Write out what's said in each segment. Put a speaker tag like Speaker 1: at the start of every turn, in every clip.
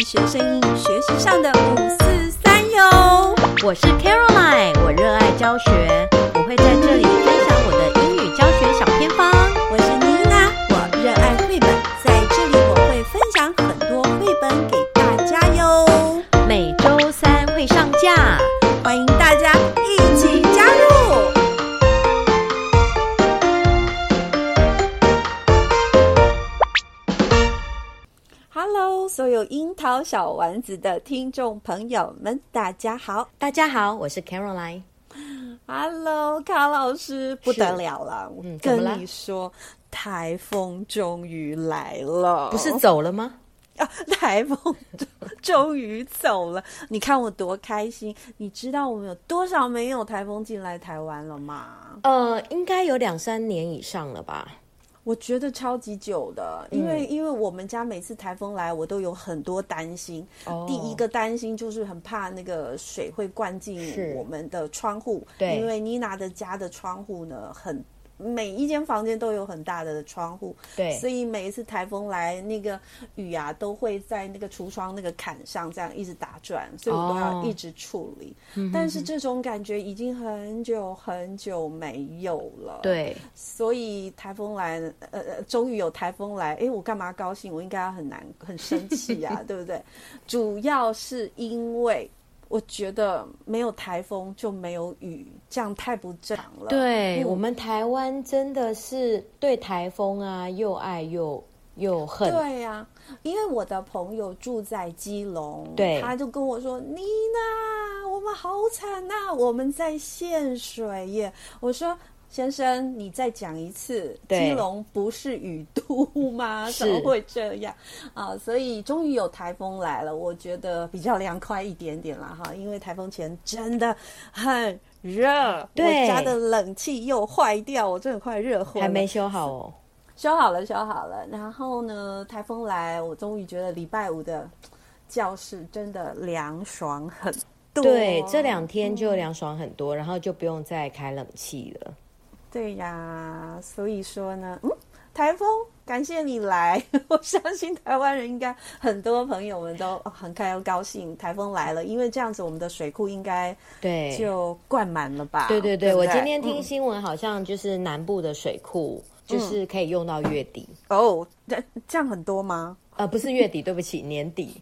Speaker 1: 医学生英语学习上的五四三哟。
Speaker 2: 我是 Caroline，我热爱教学，我会在这里分享我的英语教学小偏方。
Speaker 1: 我是妮娜，我热爱绘本，在这里我会分享很多绘本给大家哟，
Speaker 2: 每周三会上架。
Speaker 1: 欢迎大家一起加入。Hello，所有樱桃小丸子的听众朋友们，大家好。
Speaker 2: 大家好，我是 Caroline。
Speaker 1: Hello，卡老师，不得了了！我
Speaker 2: 嗯怎么了
Speaker 1: 跟你说，台风终于来了，
Speaker 2: 不是走了吗？
Speaker 1: 啊， 台风终终于走了。你看我多开心！你知道我们有多少没有台风进来台湾了吗？
Speaker 2: 呃，应该有两三年以上了吧。
Speaker 1: 我觉得超级久的，因为、
Speaker 2: 嗯
Speaker 1: 因为我们家每次台风来，我都有很多担心。
Speaker 2: 哦
Speaker 1: 第一个担心就是很怕那个水会灌
Speaker 2: 是
Speaker 1: 进我们的窗户，
Speaker 2: 对
Speaker 1: 因为妮娜的家的窗户呢很。每一间房间都有很大的窗户，
Speaker 2: 对
Speaker 1: 所以每一次台风来，那个雨啊都会在那个橱窗那个坎上这样一直打转，所以我都要
Speaker 2: 哦
Speaker 1: 一直处理。
Speaker 2: 嗯
Speaker 1: 但是这种感觉已经很久很久没有了，，
Speaker 2: 对，
Speaker 1: 所以台风来，呃呃，终于有台风来，诶，我干嘛高兴？我应该要很难很生气 呀、对不对？主要是因为我觉得没有台风就没有雨，这样太不正常了。
Speaker 2: 对、
Speaker 1: 嗯
Speaker 2: 我们台湾真的是对台风啊又爱又又恨。
Speaker 1: 对呀、因为我的朋友住在基隆，
Speaker 2: 对
Speaker 1: 他就跟我说：“妮娜，我们好惨呐、我们在限水耶。”我说。先生，你再讲一次，
Speaker 2: 对
Speaker 1: 基隆不是雨都吗？
Speaker 2: 是
Speaker 1: 怎么会这样啊？所以终于有台风来了，我觉得比较凉快一点点啦哈，因为台风前真的很热，
Speaker 2: 对
Speaker 1: 我家的冷气又坏掉，我真的快热昏了。
Speaker 2: 还没修好哦。
Speaker 1: 修好了，修好了。然后呢，台风来，我终于觉得礼拜五的教室真的凉爽很多。
Speaker 2: 对，啊嗯这两天就凉爽很多，然后就不用再开冷气了。
Speaker 1: 对呀，所以说呢，嗯，台风，感谢你来。 我相信台湾人应该很多朋友们都哦很开高兴，台风来了，因为这样子我们的水库应该
Speaker 2: 对，
Speaker 1: 就灌满了吧？
Speaker 2: 对对对，
Speaker 1: 不
Speaker 2: 我今天听
Speaker 1: 嗯
Speaker 2: 新闻，好像就是南部的水库就是可以用到月底，
Speaker 1: 哦，这这样很多吗？
Speaker 2: 呃，不是月 底，对不起，年底。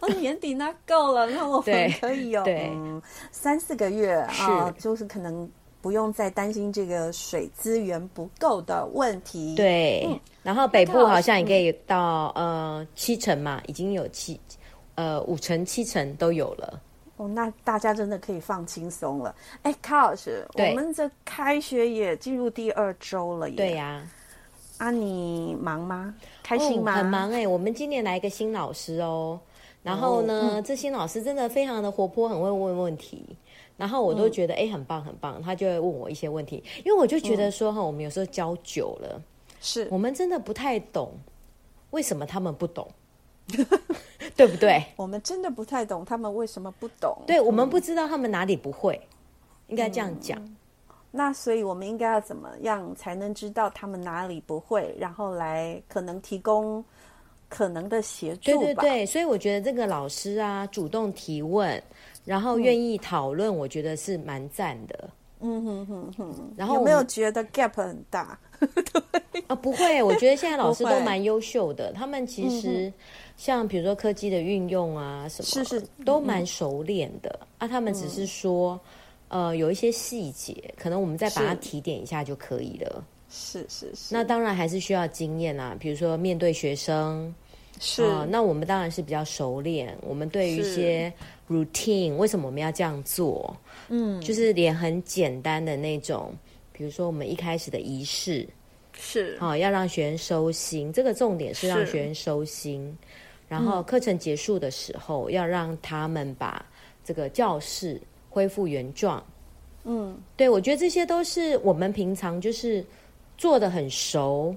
Speaker 1: 哦，年底那够了，那我们
Speaker 2: 对
Speaker 1: 可以有、
Speaker 2: 对
Speaker 1: 嗯、三四个月啊、
Speaker 2: 是
Speaker 1: 就是可能不用再担心这个水资源不够的问题。，
Speaker 2: 对，然后北
Speaker 1: 那
Speaker 2: 部
Speaker 1: 个
Speaker 2: 好像也可以到、呃七成嘛，已经有七呃五成七成都有了。
Speaker 1: 哦，那大家真的可以放轻松了。哎，卡老师，我
Speaker 2: 对
Speaker 1: 们这开学也进入第二周了耶。
Speaker 2: 对、呀、
Speaker 1: 啊，你忙吗？开心吗？
Speaker 2: 哦、很。忙哎、我们今年来一个新老师哦。然后呢，这新老师真的非常的活泼，很会问问题。然后我都觉得哎、诶很棒很棒，他就会问我一些问题，因为我就觉得说哈、我们有时候教久了，
Speaker 1: 是
Speaker 2: 我们真的不太懂为什么他们不懂， 对不对？
Speaker 1: 我们真的不太懂他们为什么不懂。
Speaker 2: 对，我们不知道他们哪里不会，应该这样讲。
Speaker 1: 那所以我们应该要怎么样才能知道他们哪里不会，然后来可能提供可能的协助
Speaker 2: 对
Speaker 1: 吧？
Speaker 2: 对对，所以我觉得这个老师啊，主动提问，然后愿意讨论，我觉得是蛮赞的。嗯哼哼哼，然后
Speaker 1: 有
Speaker 2: 我
Speaker 1: 没有
Speaker 2: 们
Speaker 1: 觉得 gap 很大？
Speaker 2: 啊？不会，我觉得现在老师
Speaker 1: 不会嗯
Speaker 2: 都蛮优秀的，他们其实像比如说科技的运用啊什么，
Speaker 1: 是是嗯
Speaker 2: 都蛮熟练的啊。他们只是说，呃，有一些细节，可能我们再把它
Speaker 1: 是
Speaker 2: 提点一下就可以了。
Speaker 1: 是是是，
Speaker 2: 那当然还是需要经验啦，比如说面对学生
Speaker 1: 是、
Speaker 2: 啊、那我们当然是比较熟练。我们对于一
Speaker 1: 是
Speaker 2: 些 routine，为什么我们要这样做？嗯，就是连很简单的那种，比如说我们一开始的仪式
Speaker 1: 是
Speaker 2: 啊、要让学员收心，这个重点是让
Speaker 1: 是嗯
Speaker 2: 学员收心。然后课程结束的时候，要让他们把这个教室恢复原状。
Speaker 1: 嗯，
Speaker 2: 对，我觉得这些都是我们平常就是做的很熟，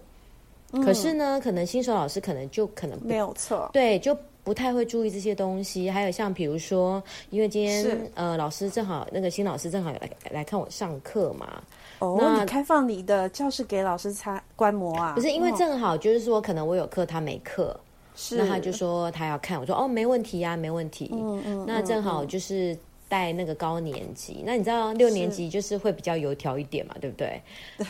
Speaker 2: 可是呢，可能新手老师可能就可能不
Speaker 1: 嗯没有错，
Speaker 2: 对就。不太会注意这些东西，还有像比如说，因为今天
Speaker 1: 是
Speaker 2: 呃老师正好那个新老师正好来来看我上课嘛，
Speaker 1: 哦，
Speaker 2: 那
Speaker 1: 你开放你的教室给老师参观摩啊？
Speaker 2: 不是因为
Speaker 1: 哦
Speaker 2: 正好就是说可能我有课他没课，
Speaker 1: 是
Speaker 2: 那他就说他要看，我说哦没问题呀、没问题。
Speaker 1: 嗯嗯
Speaker 2: 那正好就是带那个高年级，那你知道六年级就是会比较油条一点嘛，对不对？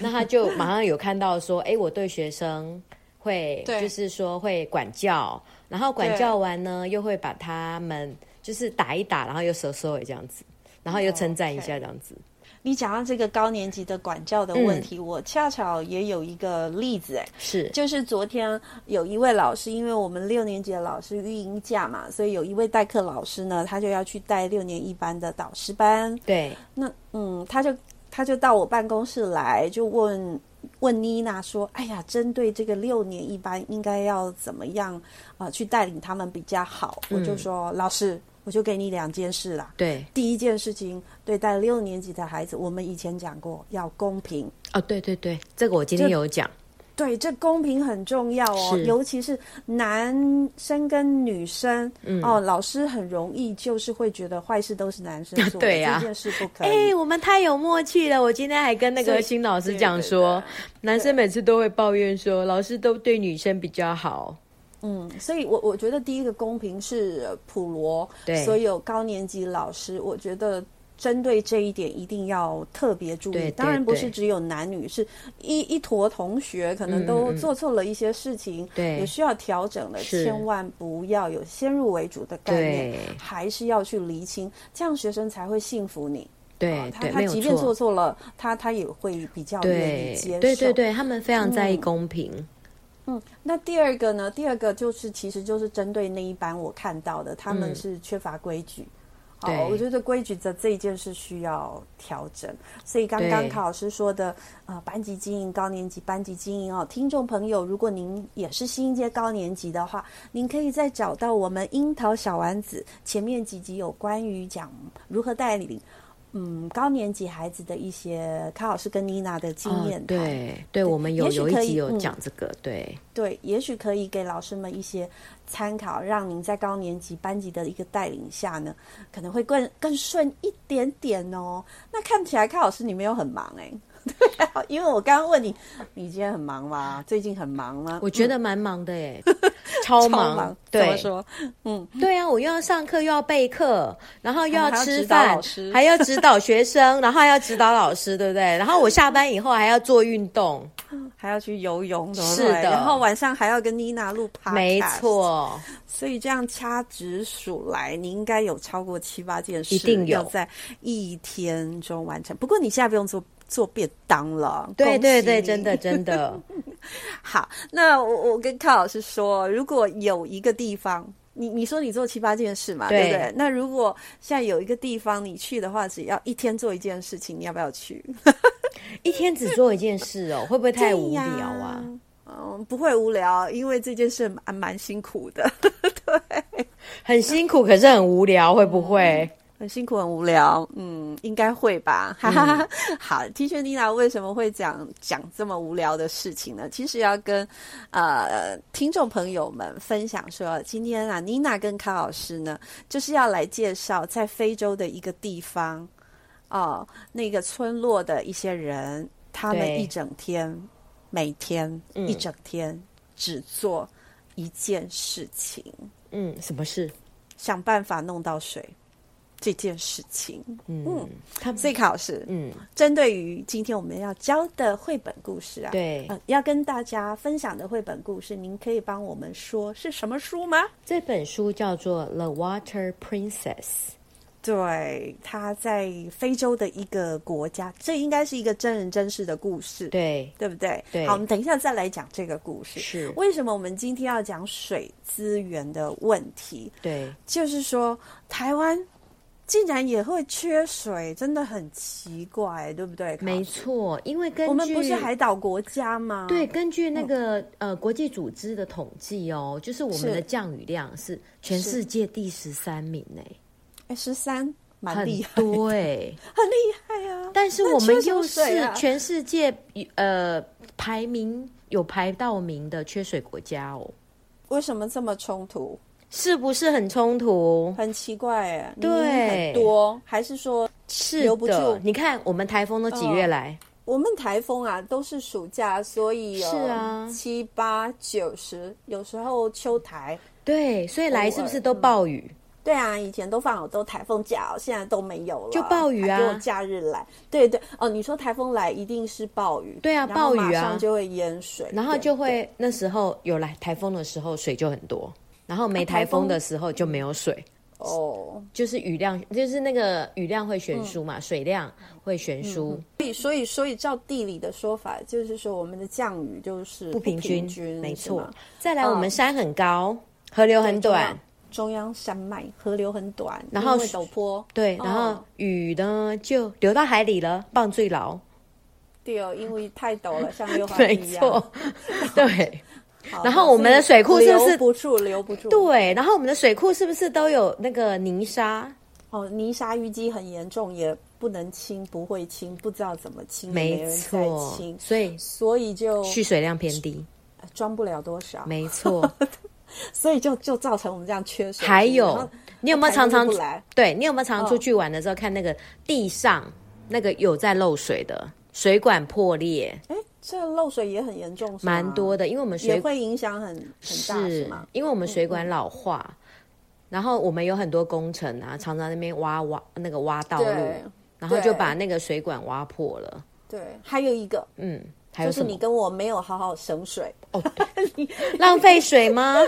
Speaker 2: 那他就马上有看到说，哎，我对学生会
Speaker 1: 对
Speaker 2: 就是说会管教，然后管教完呢又会把他们就是打一打，然后又收收尾这样子，然后
Speaker 1: 哦
Speaker 2: 又称赞一下这样子。
Speaker 1: 你讲到这个高年级的管教
Speaker 2: 嗯
Speaker 1: 的问题，我恰巧也有一个例子，哎，
Speaker 2: 是，
Speaker 1: 就是昨天有一位老师，因为我们六年级的老师育婴假嘛，所以有一位代课老师呢，他就要去带六年一班的导师班。
Speaker 2: 对，
Speaker 1: 那嗯，他就他就到我办公室来，就问问妮娜说：“哎呀，针对这个六年一班，应该要怎么样啊、呃去带领他们比较好？”我就说：“老师，我就给你两件事啦。
Speaker 2: 对，
Speaker 1: 第一件事情，对待六年级的孩子，我们以前讲过要公平，
Speaker 2: 哦，对对对，这个我今天
Speaker 1: 就
Speaker 2: 有讲，
Speaker 1: 对，这公平很重要哦
Speaker 2: 是，
Speaker 1: 尤其是男生跟女生、
Speaker 2: 嗯
Speaker 1: 哦，老师很容易就是会觉得坏事都是男生做的，
Speaker 2: 对啊
Speaker 1: 这件事不可
Speaker 2: 哎、
Speaker 1: 以。
Speaker 2: 我们太有默契了！我今天还跟那个
Speaker 1: 是
Speaker 2: 新老师
Speaker 1: 对
Speaker 2: 讲
Speaker 1: 对
Speaker 2: 说
Speaker 1: 对，
Speaker 2: 男生每次都会抱怨说，老师都对女生比较好。
Speaker 1: 嗯，所以我我觉得第一个公平是呃普罗
Speaker 2: 对
Speaker 1: 所有高年级老师，我觉得。针对这一点，一定要特别注意。
Speaker 2: 对对
Speaker 1: 当然不是
Speaker 2: 对
Speaker 1: 只有男女，是一一坨同学可能
Speaker 2: 嗯
Speaker 1: 都
Speaker 2: 嗯嗯
Speaker 1: 做错了一些事情，
Speaker 2: 对
Speaker 1: 也需要调整的。
Speaker 2: 是
Speaker 1: 千万不要有先入为主的概念
Speaker 2: 对，
Speaker 1: 还是要去厘清，这样学生才会信服你。
Speaker 2: 对
Speaker 1: 啊他
Speaker 2: 对，
Speaker 1: 他
Speaker 2: 没有
Speaker 1: 即便做
Speaker 2: 错。
Speaker 1: 错了，他他也会比较愿意
Speaker 2: 对
Speaker 1: 接受。
Speaker 2: 对对对，他们非常在意公平。嗯
Speaker 1: 那第二个呢？第二个就是，其实就是针对那一班我看到的，他们
Speaker 2: 嗯
Speaker 1: 是缺乏规矩。好
Speaker 2: 对
Speaker 1: 我觉得规矩的这一件事需要调整。所以刚刚
Speaker 2: 对
Speaker 1: 卡老师说的，呃，班级经营、高年级班级经营哦，听众朋友，如果您也是新一届高年级的话，您可以再找到我们樱桃小丸子前面几集有关于讲如何带领。嗯，高年级孩子的一些卡老师跟妮娜的经
Speaker 2: 哦
Speaker 1: 验谈、
Speaker 2: 对对，我们有
Speaker 1: 也许
Speaker 2: 有一
Speaker 1: 可
Speaker 2: 集
Speaker 1: 以
Speaker 2: 有
Speaker 1: 嗯
Speaker 2: 讲这个，对
Speaker 1: 对，也许可以给老师们一些参考，让您在高年级班级的一个带领下呢，可能会更更顺一点点哦。那看起来，看老师你没有很忙哎、 对啊，因为我刚刚问你，你今天很忙吗？最近很忙吗？
Speaker 2: 我觉得蛮忙 的耶，超
Speaker 1: 超忙，怎么
Speaker 2: 对
Speaker 1: 说？
Speaker 2: 对啊，我又要上课，又要备课，然后又要
Speaker 1: 还要
Speaker 2: 吃
Speaker 1: 指导
Speaker 2: 饭
Speaker 1: 老师，
Speaker 2: 还要指导学生，然后还要指导老师，对不对？然后我下班以后还要做运 动，
Speaker 1: 还要去游泳，对不
Speaker 2: 是
Speaker 1: 对
Speaker 2: 的
Speaker 1: 然后晚上还要跟妮娜录 p
Speaker 2: 没，错。
Speaker 1: 所以这样掐指数来，你应该有超过七八件事，
Speaker 2: 一定有
Speaker 1: 要在一天中完成。不过你现在不用做做便当了，
Speaker 2: 对
Speaker 1: 恭
Speaker 2: 对
Speaker 1: 喜你
Speaker 2: 对，真的 真的，
Speaker 1: 好。那我我跟康老师说，如果有一个地方，你你说你做七八件事嘛，
Speaker 2: 对
Speaker 1: 对不对？那如果现在有一个地方你去的话，只要一天做一件事情，你要不要去？
Speaker 2: 一天只做一件事哦，会不会太无聊
Speaker 1: 对
Speaker 2: 啊
Speaker 1: 哎呀？嗯，不会无聊，因为这件事蛮蛮辛苦的，
Speaker 2: 很辛苦，可是很无聊，会不会？
Speaker 1: 很辛苦，很无聊，嗯，应该会吧，哈哈 哈。好，T 恤妮娜为什么会讲讲这么无聊的事情呢？其实要跟呃听众朋友们分享说，今天啊，妮娜跟康老师呢，就是要来介绍在非洲的一个地方哦，那个村落的一些人，他
Speaker 2: 对
Speaker 1: 们一整天，每天、一整天只做一件事情，
Speaker 2: 嗯，什么事？
Speaker 1: 想办法弄到水这件事情。
Speaker 2: 嗯，他们
Speaker 1: 所以，卡老师，
Speaker 2: 嗯，
Speaker 1: 针对于今天我们要教的绘本故事啊，
Speaker 2: 对
Speaker 1: 呃，要跟大家分享的绘本故事，您可以帮我们说是什么书吗？
Speaker 2: 这本书叫做《The Water Princess》。
Speaker 1: 对，它在非洲的一个国家，这应该是一个真人真事的故事，
Speaker 2: 对，
Speaker 1: 对不对？
Speaker 2: 对
Speaker 1: 好，我们等一下再来讲这个故事。
Speaker 2: 是，
Speaker 1: 为什么我们今天要讲水资源的问题？
Speaker 2: 对，
Speaker 1: 就是说，台湾竟然也会缺水，真的很奇怪，对不对？卡老师
Speaker 2: 没错，因为根据
Speaker 1: 我们不是海岛国家吗？
Speaker 2: 对，，根据那个、呃国际组织的统计哦，就是我们
Speaker 1: 是
Speaker 2: 的降雨量是全
Speaker 1: 是
Speaker 2: 世界第十三名呢，
Speaker 1: 哎，十三蛮
Speaker 2: 很
Speaker 1: 厉 害，
Speaker 2: 多哎。
Speaker 1: 很厉害啊！
Speaker 2: 但是
Speaker 1: 那
Speaker 2: 我们
Speaker 1: 缺什
Speaker 2: 又
Speaker 1: 么
Speaker 2: 是
Speaker 1: 水啊
Speaker 2: 全世界呃排名有排到名的缺水国家哦，
Speaker 1: 为什么这么冲突？
Speaker 2: 是不是很冲突？
Speaker 1: 很奇怪哎，明
Speaker 2: 对
Speaker 1: 明很多，还是说
Speaker 2: 是
Speaker 1: 留不住哦
Speaker 2: 的，你看我们台风都几月来？
Speaker 1: 我我们台风啊都是暑假，所以有
Speaker 2: 是啊
Speaker 1: 七八九十，有时候秋台。
Speaker 2: 对，所以来是不是都暴雨？
Speaker 1: 对啊，以前都放好多台风假、哦，现在都没有了，
Speaker 2: 就暴雨啊
Speaker 1: 还给我假日来。对对，哦，你说台风来一定是暴雨，
Speaker 2: 对啊
Speaker 1: 然后
Speaker 2: 暴雨
Speaker 1: 马
Speaker 2: 啊
Speaker 1: 上就会淹水，
Speaker 2: 然后
Speaker 1: 对
Speaker 2: 就会
Speaker 1: 对
Speaker 2: 那时候有来台风的时候水就很多，然后没
Speaker 1: 台
Speaker 2: 台风
Speaker 1: 风
Speaker 2: 的时候就没有水，
Speaker 1: 哦。
Speaker 2: 就是雨量，就是那个雨量会悬殊
Speaker 1: 嗯
Speaker 2: 嘛，水量会悬殊。
Speaker 1: 所以所以所以照地理的说法，就是说我们的降雨就是不
Speaker 2: 不平均，没
Speaker 1: 是
Speaker 2: 错
Speaker 1: 吗。
Speaker 2: 再来，我们
Speaker 1: 嗯
Speaker 2: 山很高，河流很短，
Speaker 1: 中央，中央山脉河流很短，
Speaker 2: 然后
Speaker 1: 因为陡坡。
Speaker 2: 对，然后
Speaker 1: 嗯
Speaker 2: 雨呢就流到海里了，棒最牢，
Speaker 1: 对哦，因为太陡了，像溜滑梯
Speaker 2: 没
Speaker 1: 一样。
Speaker 2: 错，对
Speaker 1: 好
Speaker 2: 然后我们的
Speaker 1: 所以
Speaker 2: 水库是不是
Speaker 1: 留不住，留不住？，
Speaker 2: 对。然后我们的水库是不是都有那个泥沙？
Speaker 1: 哦，泥沙淤积很严重，也不能清，不会清，不知道怎么清，也没
Speaker 2: 没
Speaker 1: 人在
Speaker 2: 错
Speaker 1: 清，，
Speaker 2: 所以
Speaker 1: 所以就
Speaker 2: 蓄水量偏 低，
Speaker 1: 装不了多少，
Speaker 2: 没错。
Speaker 1: 所以就就造成我们这样缺水。
Speaker 2: 还
Speaker 1: 然
Speaker 2: 有
Speaker 1: 后，
Speaker 2: 你有没有常
Speaker 1: 台
Speaker 2: 常
Speaker 1: 风就不来
Speaker 2: 对你有没有常
Speaker 1: 嗯
Speaker 2: 常出去玩的时候看那个地上那个有在漏水的水管破裂，
Speaker 1: 哎，这漏水也很严重，是吗
Speaker 2: 蛮多，的，因为我们
Speaker 1: 也
Speaker 2: 水
Speaker 1: 会影响很很大，是吗？嗯
Speaker 2: 因为我们水管老化，然后我们有很多工程啊，常常那边挖挖那个挖道路
Speaker 1: 对，
Speaker 2: 然后就
Speaker 1: 对
Speaker 2: 嗯把那个水管挖破了。
Speaker 1: 对，还有一个
Speaker 2: 嗯，还有
Speaker 1: 就
Speaker 2: 什
Speaker 1: 是你
Speaker 2: 么？
Speaker 1: 跟我没有好好省水，
Speaker 2: 浪费水吗？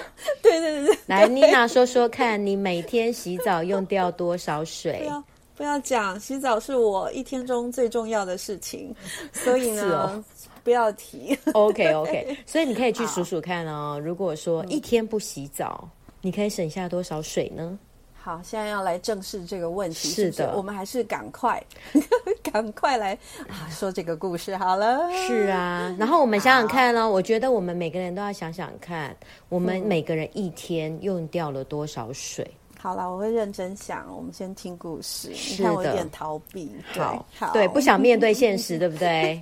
Speaker 1: 对对对对，
Speaker 2: 来，妮娜说说看，你每天洗澡用掉多少水
Speaker 1: 不？要不要讲，洗澡是我一天中最重要的事 情，所以呢，
Speaker 2: 是哦
Speaker 1: 不要提。
Speaker 2: OK OK，所以你可以去数数看哦。如果
Speaker 1: 嗯
Speaker 2: 说一天不洗澡，你可以省下多少水呢？
Speaker 1: 好，现在要来正视这个问题，
Speaker 2: 是
Speaker 1: 是
Speaker 2: 的
Speaker 1: 不是我们还是赶快， 赶快来啊，说这个故事好了。
Speaker 2: 是啊，然后我们想想看哦，我觉得我们每个人都要想想看，我们
Speaker 1: 嗯
Speaker 2: 每个人一天用掉了多少水。
Speaker 1: 好了，我会认真想。我们先听故事，你
Speaker 2: 的
Speaker 1: 看我有点逃避。对
Speaker 2: 好，
Speaker 1: 好，
Speaker 2: 对，不想面对 现实，对不对？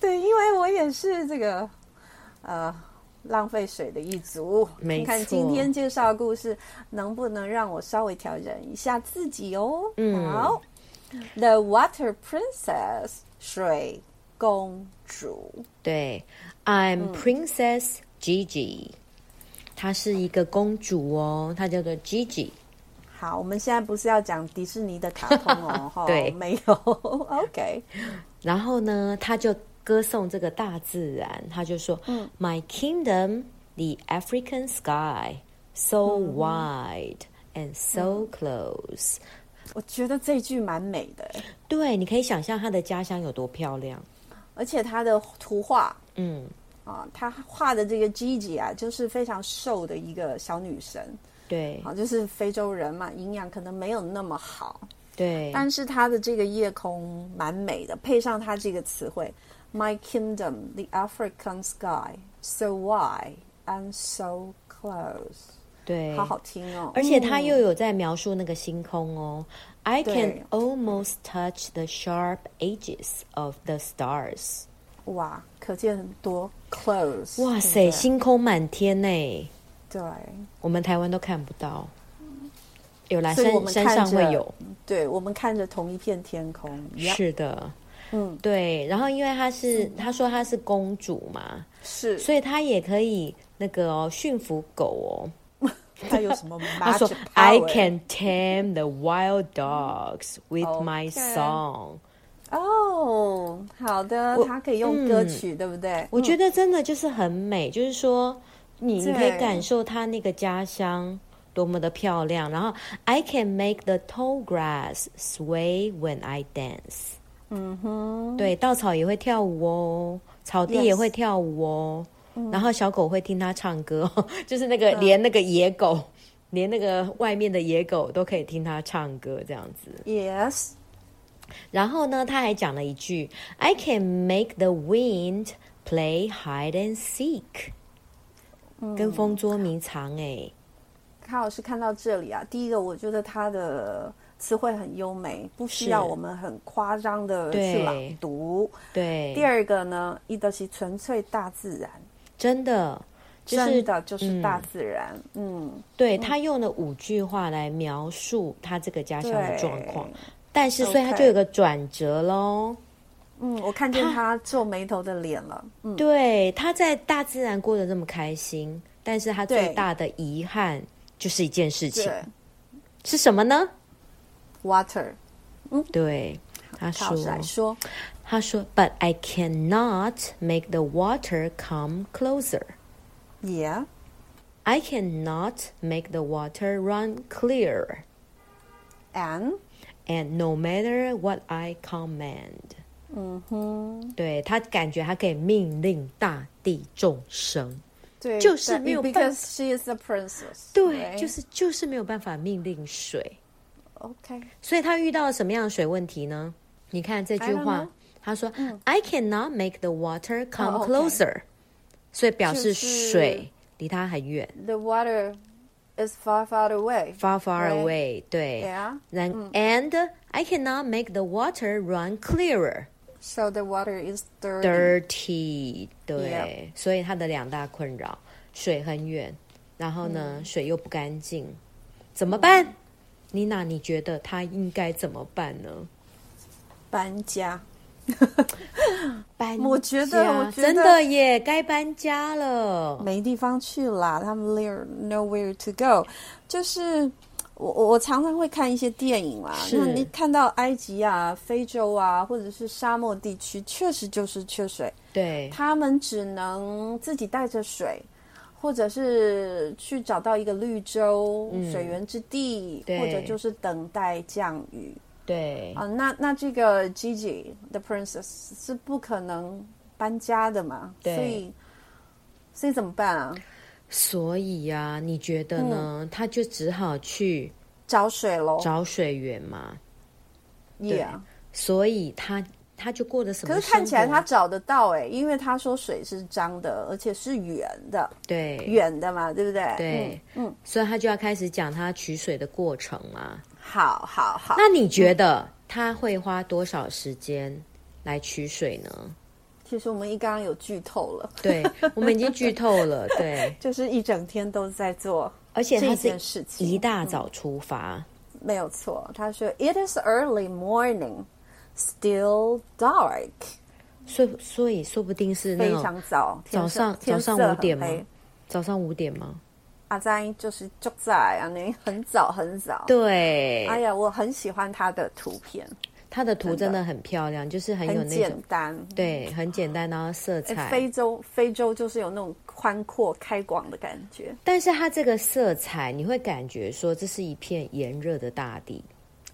Speaker 1: 对，因为我也是这个呃浪费水的一族。
Speaker 2: 没
Speaker 1: 看看
Speaker 2: 错
Speaker 1: 今天介绍的故事能不能让我稍微调整一下自己哦。
Speaker 2: 嗯
Speaker 1: 好，The Water Princess 水公主。
Speaker 2: 对，I'm
Speaker 1: 嗯
Speaker 2: Princess Gigi，她是一个公主哦，她叫做 Gigi。
Speaker 1: 好，我们现在不是要讲迪士尼的卡通 哦，哈，
Speaker 2: 对
Speaker 1: 没有 ，OK，
Speaker 2: 然后呢，他就歌颂这个大自然，他就说、m
Speaker 1: 嗯
Speaker 2: y kingdom, the African sky, so
Speaker 1: 嗯
Speaker 2: wide and so close。”
Speaker 1: 我觉得这句蛮美的，欸
Speaker 2: 对，你可以想象他的家乡有多漂亮。
Speaker 1: 而且它的图画
Speaker 2: 嗯，
Speaker 1: 啊，他画的这个 Gigi 啊，就是非常瘦的一个小女生，
Speaker 2: 对
Speaker 1: 啊，就是非洲人嘛，营养可能没有那么好，
Speaker 2: 对，
Speaker 1: 但是它的这个夜空蛮美的，配上它这个词汇，My kingdom, the African sky, so wide and so close，
Speaker 2: 对，
Speaker 1: 好好听哦，
Speaker 2: 而且他又有在描述那个星空哦。I
Speaker 1: 对
Speaker 2: can almost touch the sharp edges of the stars。
Speaker 1: 嗯哇，可见很多 close。
Speaker 2: 哇
Speaker 1: 对
Speaker 2: 塞，
Speaker 1: 不
Speaker 2: 星空满天呢！
Speaker 1: 对
Speaker 2: 我们台湾都看不到，有啦，
Speaker 1: 所以我
Speaker 2: 山
Speaker 1: 们
Speaker 2: 山
Speaker 1: 看
Speaker 2: 上
Speaker 1: 着
Speaker 2: 会有，
Speaker 1: 对，我们看着同一片天空。Yep，
Speaker 2: 是的，
Speaker 1: 嗯，
Speaker 2: 对。然后因为她是，她说她是公主嘛，
Speaker 1: 是，
Speaker 2: 所以她也可以那个哦，驯服狗哦。
Speaker 1: 它有什 么
Speaker 2: 她说
Speaker 1: magic
Speaker 2: ：“I
Speaker 1: power？
Speaker 2: can tame the wild dogs with my
Speaker 1: OK
Speaker 2: song。
Speaker 1: 哦，好的，它可以
Speaker 2: 嗯
Speaker 1: 用歌曲，对不对？
Speaker 2: 我觉得真的就是很美，就是说你你可以
Speaker 1: 对
Speaker 2: 感受她那个家乡。多么的漂亮！然后，I can make the tall grass sway when I dance。
Speaker 1: 嗯哼，
Speaker 2: 对，稻草也会跳舞哦，草地也
Speaker 1: Yes 嗯
Speaker 2: 会跳舞哦。然后小狗会听它唱歌，哦 就是那个连那个野狗，连那个外面的野狗都可以听它唱歌这样子。
Speaker 1: ，Yes，
Speaker 2: 然后呢，他还讲了一句：“I can make the wind play hide and seek。”跟风捉迷藏哎、
Speaker 1: 卡老师看到这里啊，第一个我觉得它的词汇很优美，不需
Speaker 2: 是
Speaker 1: 要我们很夸张的去
Speaker 2: 对
Speaker 1: 朗读。嗯
Speaker 2: 对，
Speaker 1: 第二个呢，伊德西纯粹大自然，
Speaker 2: 真的就是
Speaker 1: 真的就是
Speaker 2: 嗯
Speaker 1: 大自然，嗯，
Speaker 2: 对他用了五句话来描述他这个家乡的状
Speaker 1: 嗯对
Speaker 2: 况，但是所以他
Speaker 1: OK
Speaker 2: 就有个转折喽。
Speaker 1: 嗯，我看见他皱眉头的脸了。嗯，
Speaker 2: 对，他在大自然过得这么开心，但是他最大的遗憾就是一件事情，
Speaker 1: 对
Speaker 2: 是什么呢？
Speaker 1: ，Water，
Speaker 2: 对，他说
Speaker 1: 老师来说，
Speaker 2: 他说，But I cannot make the water come closer.
Speaker 1: Yeah，
Speaker 2: I cannot make the water run clear.
Speaker 1: and
Speaker 2: And no matter what I command. 嗯哼，对他感觉他可以命令大地众生。
Speaker 1: 对，
Speaker 2: 就是
Speaker 1: 但
Speaker 2: 没有办法
Speaker 1: ，because she is a princess，
Speaker 2: 对，就是就是没有办法命令水。
Speaker 1: OK，
Speaker 2: 所以他遇到了什么样的水问题呢？你看这句
Speaker 1: I don't
Speaker 2: 话
Speaker 1: know，
Speaker 2: 他说、I cannot make the water come
Speaker 1: Oh, okay.
Speaker 2: closer，、所以表示
Speaker 1: 就是
Speaker 2: 水离他很远
Speaker 1: The water is far, far away.
Speaker 2: ，far far
Speaker 1: Right.
Speaker 2: away。对
Speaker 1: Yeah.
Speaker 2: 然、and I cannot make the water run clearer。
Speaker 1: So the water is dirty.
Speaker 2: dirty，对所以它的两大困扰，水很远，然后呢，水又不干净，怎么办？妮娜，你觉得他应该怎么办呢？
Speaker 1: 搬家。
Speaker 2: 搬
Speaker 1: 我觉得
Speaker 2: 家
Speaker 1: 我觉得
Speaker 2: 真的耶，该搬家了。
Speaker 1: 没地方去啦，他们 there nowhere to go，就是。我我我常常会看一些电影啦，
Speaker 2: 是
Speaker 1: 那你看到埃及啊、非洲啊，或者是沙漠地区，确实就是缺水，
Speaker 2: 对，
Speaker 1: 他们只能自己带着水，或者是去找到一个绿洲、水源之地，
Speaker 2: 嗯对
Speaker 1: 或者就是等待降雨
Speaker 2: 对，
Speaker 1: 啊。那那这个 Gigi the princess 是不可能搬家的嘛，所
Speaker 2: 对
Speaker 1: 以所以怎么办啊？
Speaker 2: 所以呀、你觉得呢？他就只好去
Speaker 1: 找水喽，
Speaker 2: 找水源嘛。
Speaker 1: 也。
Speaker 2: 所以他他就过得什么
Speaker 1: 可
Speaker 2: 生活？
Speaker 1: 是看起来他找得到哎、因为他说水是脏的，而且是圆的，
Speaker 2: 对
Speaker 1: 圆的嘛，对不对？
Speaker 2: 对，
Speaker 1: 嗯，嗯
Speaker 2: 所以他就要开始讲他取水的过程嘛。
Speaker 1: 好好好，
Speaker 2: 那你觉得他会花多少时间来取水 呢？
Speaker 1: 其实我们一刚刚有剧透了，
Speaker 2: 对，我们已经剧透了， 对，
Speaker 1: 就是一整天都在做
Speaker 2: 而且
Speaker 1: 这
Speaker 2: 他
Speaker 1: 件事
Speaker 2: 是一
Speaker 1: 情，
Speaker 2: 大早出发，
Speaker 1: 没有错。他说：“It is early morning, still dark。
Speaker 2: 嗯所以所以说不定是”那
Speaker 1: 非
Speaker 2: 种
Speaker 1: 常早，天
Speaker 2: 早
Speaker 1: 色
Speaker 2: 上早
Speaker 1: 天色
Speaker 2: 上
Speaker 1: 很
Speaker 2: 五点吗
Speaker 1: 黑？
Speaker 2: 早上五点吗？
Speaker 1: 阿在就是就在啊，那很早很早。，
Speaker 2: 对，
Speaker 1: 哎呀，我很喜欢他的图片，
Speaker 2: 他的图真
Speaker 1: 真的
Speaker 2: 的很漂亮，就是很有
Speaker 1: 很
Speaker 2: 那
Speaker 1: 简
Speaker 2: 种
Speaker 1: 单。
Speaker 2: 对，很简单，然后色
Speaker 1: 哎
Speaker 2: 彩，
Speaker 1: 非洲非洲就是有那种宽阔开广的感觉
Speaker 2: 但是它这个色彩，你会感觉说这是一片炎热的大地，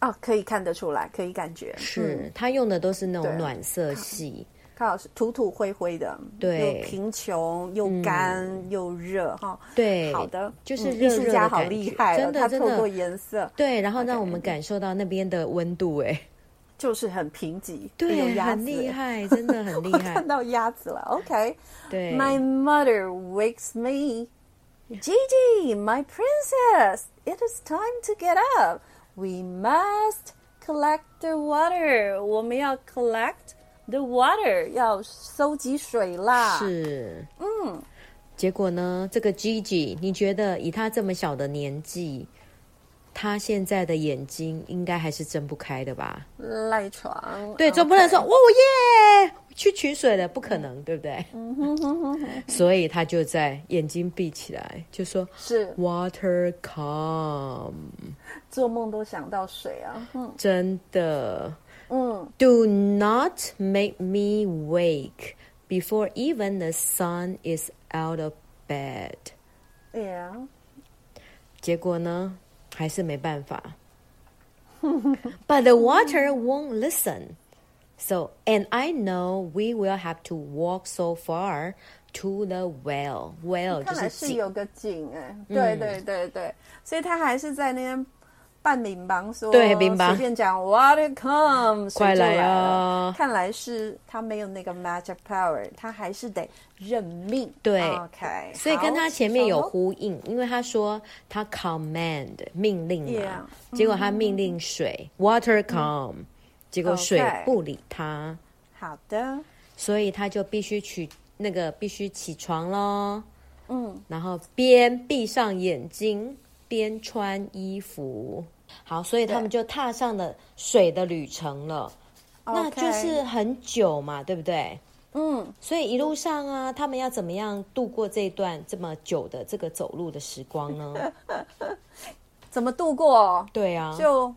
Speaker 1: 啊，可以看得出来，可以感觉嗯
Speaker 2: 是，它用的都是那种
Speaker 1: 对
Speaker 2: 暖色系，
Speaker 1: 看老师土土灰灰的，
Speaker 2: 对嗯
Speaker 1: 又贫穷又干、又热哈。
Speaker 2: 对，
Speaker 1: 好的，
Speaker 2: 就是
Speaker 1: 嗯艺
Speaker 2: 热热
Speaker 1: 术
Speaker 2: 的
Speaker 1: 家好
Speaker 2: 感
Speaker 1: 厉
Speaker 2: 觉
Speaker 1: 害、哦，
Speaker 2: 真的
Speaker 1: 他
Speaker 2: 真
Speaker 1: 透
Speaker 2: 的
Speaker 1: 过颜色
Speaker 2: 对，然后让我们感受到那边的温度、哎，
Speaker 1: 就是很贫瘠，有
Speaker 2: 对，
Speaker 1: 鸭
Speaker 2: 很
Speaker 1: 子
Speaker 2: 厉。害，真的 很厉害
Speaker 1: 看，到鸭子了，OK。
Speaker 2: 对
Speaker 1: My mother wakes me. Gigi, my princess, it is time to get up. We must collect the water. 我们要 collect the water，要收集水啦。，
Speaker 2: 是，嗯。结果呢，这个 Gigi，你觉得以他这么小的年纪，他现在的眼睛应该还是睁不开的吧？
Speaker 1: 赖床。
Speaker 2: 对，总不能说
Speaker 1: OK
Speaker 2: 哦耶，去取水了，不可能，对不对？所以他就在眼睛闭起来，就说
Speaker 1: 是
Speaker 2: “Water come”，
Speaker 1: 做梦都想到水啊。嗯
Speaker 2: 真的。
Speaker 1: 嗯
Speaker 2: Do not make me wake before even the sun is out of bed。
Speaker 1: ，Yeah，
Speaker 2: 结果呢，还是没办法。But the water won't listen. So, and I know we will have to walk so far to the well. Well 就
Speaker 1: 看来
Speaker 2: 是嗯
Speaker 1: 是
Speaker 2: 井，
Speaker 1: 有个井哎、对对对对，所以他还是在那边。半乒乓说，
Speaker 2: 对乒乓
Speaker 1: 随便讲，Water come，水
Speaker 2: 快
Speaker 1: 就
Speaker 2: 来
Speaker 1: 来
Speaker 2: 啊
Speaker 1: 了看来是他没有那个 magic power，他还是得认命。
Speaker 2: 对
Speaker 1: ，OK，
Speaker 2: 所以跟
Speaker 1: 好
Speaker 2: 他前面有
Speaker 1: 小龙
Speaker 2: 呼应，因为他说他 command 命令嘛结果他命令水、water come，、结果水
Speaker 1: 嗯 OK
Speaker 2: 不理他，
Speaker 1: 好的，
Speaker 2: 所以他就必须起那个必须起床喽。
Speaker 1: 嗯，
Speaker 2: 然后边闭上眼睛边穿衣服。好，所以他们就踏上了水的旅程了。那就是很久嘛，对不对？
Speaker 1: 嗯，
Speaker 2: 所以一路上啊，他们要怎么样度过这段这么久的这个走路的时 光呢？
Speaker 1: 怎么度过？
Speaker 2: 对啊，
Speaker 1: 就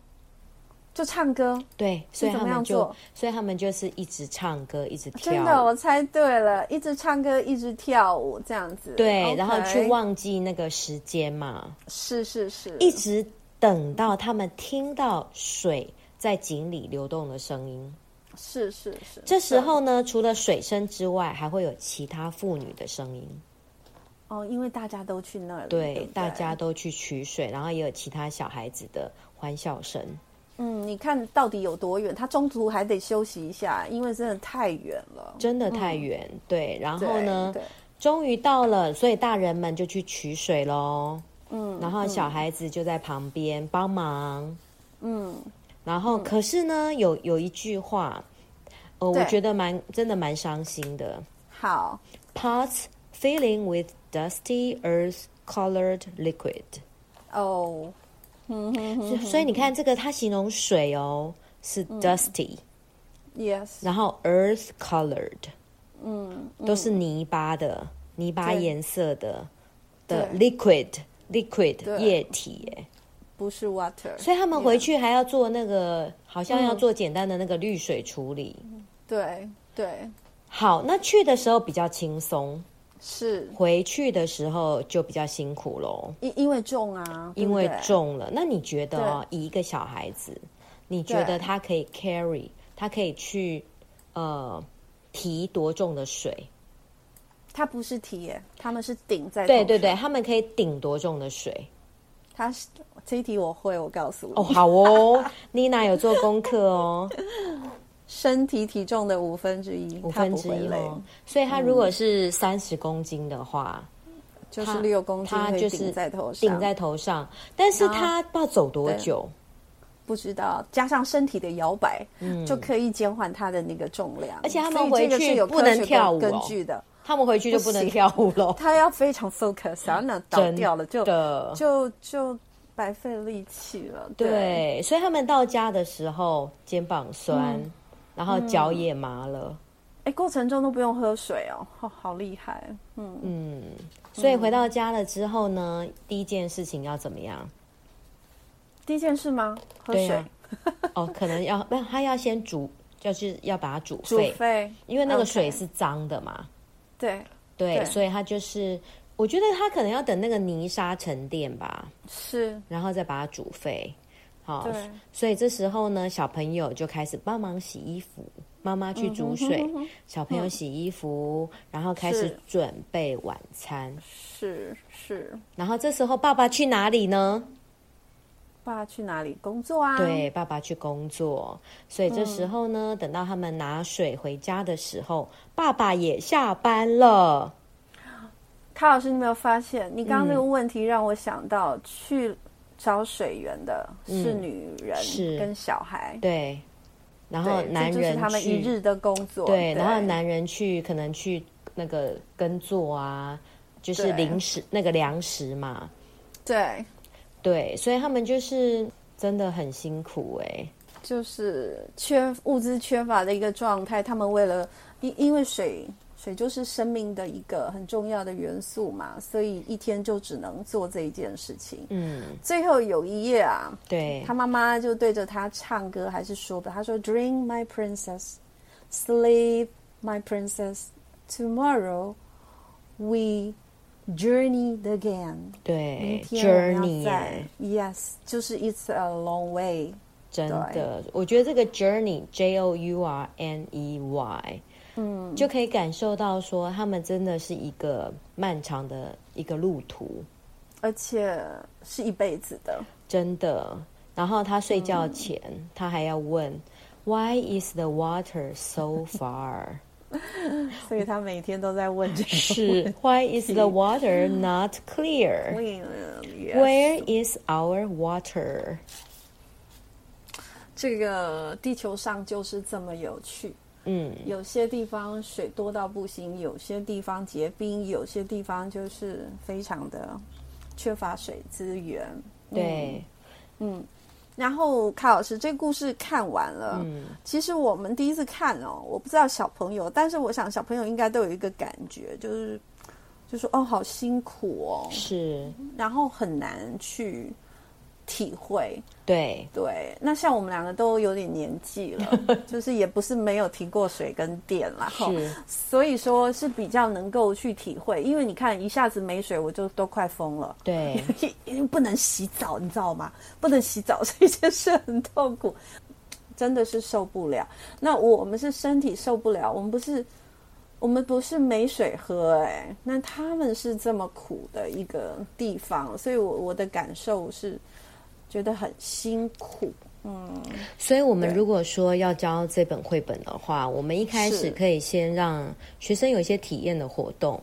Speaker 1: 就唱歌，
Speaker 2: 对，所以
Speaker 1: 怎
Speaker 2: 他
Speaker 1: 么
Speaker 2: 们
Speaker 1: 样
Speaker 2: 就
Speaker 1: 做，
Speaker 2: 所以他们就是一直唱歌，一直跳舞，
Speaker 1: 真的，我猜对了，一直唱歌，一直跳舞，这样子。
Speaker 2: 对，然后
Speaker 1: OK
Speaker 2: 去忘记那个时间嘛，
Speaker 1: 是是是，
Speaker 2: 一直等到他们听到水在井里流动的声音。
Speaker 1: 是是是。
Speaker 2: 这时候呢，除了水声之外，还会有其他妇女的声音。
Speaker 1: 哦，因为大家都去那儿了，嗯
Speaker 2: 对，
Speaker 1: 对不对，
Speaker 2: 大家都去取水，然后也有其他小孩子的欢笑声。
Speaker 1: 嗯，你看到底有多远？他中途还得休息一下，因为真的太远了。
Speaker 2: 真的太远，对。然
Speaker 1: 对
Speaker 2: 后
Speaker 1: 嗯
Speaker 2: 呢，
Speaker 1: 对，
Speaker 2: 终于到了，所以大人们就去取水喽。嗯，然后小孩子就在旁边帮忙。嗯，然后可是呢，有有一句话，呃，我
Speaker 1: 对
Speaker 2: 觉得蛮真的蛮伤心的。
Speaker 1: 好，
Speaker 2: Pots filling with dusty earth-colored liquid，、
Speaker 1: 哦，嗯哼哼嗯
Speaker 2: 所以你看这个，它形容水哦是 dusty，、
Speaker 1: ，yes，
Speaker 2: 然后 earth-colored。
Speaker 1: 嗯，
Speaker 2: 都是泥巴的、泥巴
Speaker 1: 对
Speaker 2: 颜色的的
Speaker 1: 对
Speaker 2: liquid liquid
Speaker 1: 对
Speaker 2: 液体耶，
Speaker 1: 不是 water，
Speaker 2: 所以他们
Speaker 1: Yeah
Speaker 2: 回去还要做那个，好像要做简单的那个滤水处理。
Speaker 1: 嗯对对
Speaker 2: 好，那去的时候比较轻松，
Speaker 1: 是，
Speaker 2: 回去的时候就比较辛苦喽，
Speaker 1: 因因为重啊，对
Speaker 2: 因
Speaker 1: 不
Speaker 2: 为
Speaker 1: 对，
Speaker 2: 重了。那你觉得哦，以一个小孩子，你觉得
Speaker 1: 对
Speaker 2: 他可以 carry，他可以去呃提多重的水？
Speaker 1: 他不是提耶，他们是顶在，
Speaker 2: 对对，对，他们可以顶多重的水？
Speaker 1: 他是这一题我会，我告诉你，
Speaker 2: 哦， 好哦，妮娜有做功课哦，
Speaker 1: 身体体重的五分之一，
Speaker 2: 五
Speaker 1: 他
Speaker 2: 分
Speaker 1: 不
Speaker 2: 之
Speaker 1: 会
Speaker 2: 一
Speaker 1: 累，嗯
Speaker 2: 哦。所以她如果是三十公斤的话，
Speaker 1: 就是
Speaker 2: 他
Speaker 1: 六公斤
Speaker 2: 她
Speaker 1: 可以
Speaker 2: 就
Speaker 1: 顶
Speaker 2: 是
Speaker 1: 在头上，
Speaker 2: 顶在头上，但
Speaker 1: 啊
Speaker 2: 是她不知道走多久，
Speaker 1: 不知道，加上身体的摇摆，就可以减缓他的那个重量。而
Speaker 2: 嗯且他们回去
Speaker 1: 是有
Speaker 2: 不能
Speaker 1: 科学
Speaker 2: 跳舞哦
Speaker 1: 根据的，
Speaker 2: 他们回去就不能
Speaker 1: 不行
Speaker 2: 跳舞了，
Speaker 1: 他要非常 focus，然后呢倒
Speaker 2: 真
Speaker 1: 掉了就
Speaker 2: 的。
Speaker 1: 就就白费力气了。对，
Speaker 2: 对，所以他们到家的时候肩膀酸，然后脚也麻了，
Speaker 1: 哎，过程中都不用喝水哦，哦好厉害。嗯，
Speaker 2: 所以回到家了之后呢，第一件事情要怎么样？
Speaker 1: 第一件事吗？喝
Speaker 2: 对
Speaker 1: 水，
Speaker 2: 呀、哦，可能要不，他要先煮，就是要把它煮
Speaker 1: 煮
Speaker 2: 沸，
Speaker 1: 沸，
Speaker 2: 因为那个
Speaker 1: OK
Speaker 2: 水是脏的嘛。
Speaker 1: 对，
Speaker 2: 对，
Speaker 1: 对
Speaker 2: 所以它就是，我觉得它可能要等那个泥沙沉淀吧，
Speaker 1: 是，
Speaker 2: 然后再把它煮沸。好
Speaker 1: 对，
Speaker 2: 所以这时候呢，小朋友就开始帮忙洗衣服，妈妈
Speaker 1: 嗯
Speaker 2: 去煮水，小朋友洗衣服，然后开始
Speaker 1: 是
Speaker 2: 准备晚餐。
Speaker 1: 是是。
Speaker 2: 然后这时候爸爸去哪里呢？
Speaker 1: 爸去哪里工作啊？，
Speaker 2: 对，爸爸去工作，所以
Speaker 1: 嗯
Speaker 2: 这时候呢，等到他们拿水回家的时候，爸爸也下班了。
Speaker 1: 卡老师，你有没有发现，你刚刚那
Speaker 2: 嗯
Speaker 1: 个问题让我想到，去找水源的是女人
Speaker 2: 嗯是
Speaker 1: 跟小孩，
Speaker 2: 对，然后
Speaker 1: 对，
Speaker 2: 男
Speaker 1: 这就是
Speaker 2: 人
Speaker 1: 他们
Speaker 2: 去
Speaker 1: 一日的欸工作，
Speaker 2: 对，然后男人去可能去那个耕作啊，就是
Speaker 1: 对
Speaker 2: 零食那个粮食嘛，
Speaker 1: 对，
Speaker 2: 对，所以他们就是真的很辛苦哎、
Speaker 1: 就是缺物资缺乏的一个状态，他们为了因因为水。水就是生命的一个很重要的元素嘛，所以一天就只能做这一件事情。
Speaker 2: 嗯，
Speaker 1: 最后有一页啊，
Speaker 2: 对
Speaker 1: 他，妈妈就对着他唱歌，还是说吧，他说：“Dream my princess, sleep my princess. Tomorrow we journeyed again.”
Speaker 2: 对
Speaker 1: 明天我们要
Speaker 2: Eh, ，journey
Speaker 1: 再
Speaker 2: 哎
Speaker 1: yes，就是 It's a long way。
Speaker 2: 真的，我觉得这个 journey J O U R N E Y，嗯，就可以感受到说他们真的是一个漫长的一个路途，
Speaker 1: 而且是一辈子的，
Speaker 2: 真的。然后他睡觉前，他还要问
Speaker 1: 嗯
Speaker 2: Why is the water so far？
Speaker 1: 所以他每天都在问 这个
Speaker 2: 是 Why is the water not clear?
Speaker 1: 问题。
Speaker 2: Where is our water？
Speaker 1: 这个地球上就是这么有趣。
Speaker 2: 嗯，
Speaker 1: 有些地方水多到不行，有些地方结冰，有些地方就是非常的缺乏水资源。
Speaker 2: 对，
Speaker 1: 嗯，然后卡老师这故事看完了，
Speaker 2: 嗯
Speaker 1: 其实我们第一次看哦，我不知道小朋友，但是我想小朋友应该都有一个感觉，就是就说哦，好辛苦哦，
Speaker 2: 是，
Speaker 1: 然后很难去体会。
Speaker 2: 对，
Speaker 1: 对，那像我们两个都有点年纪了，就是也不是没有停过水跟电啦，吼
Speaker 2: 是
Speaker 1: 所以说是比较能够去体会。因为你看一下子没水，我就都快疯了。
Speaker 2: 对，
Speaker 1: 因为不能洗澡，你知道吗？不能洗澡这件事很痛苦，真的是受不了。那我们是身体受不了，我们不是，我们不是没水喝、哎，那他们是这么苦的一个地方，所以我我的感受是觉得很辛苦。
Speaker 2: 所以，我们
Speaker 1: 对
Speaker 2: 如果说要教这本绘本的话，我们一开始
Speaker 1: 是
Speaker 2: 可以先让学生有一些体验的活动。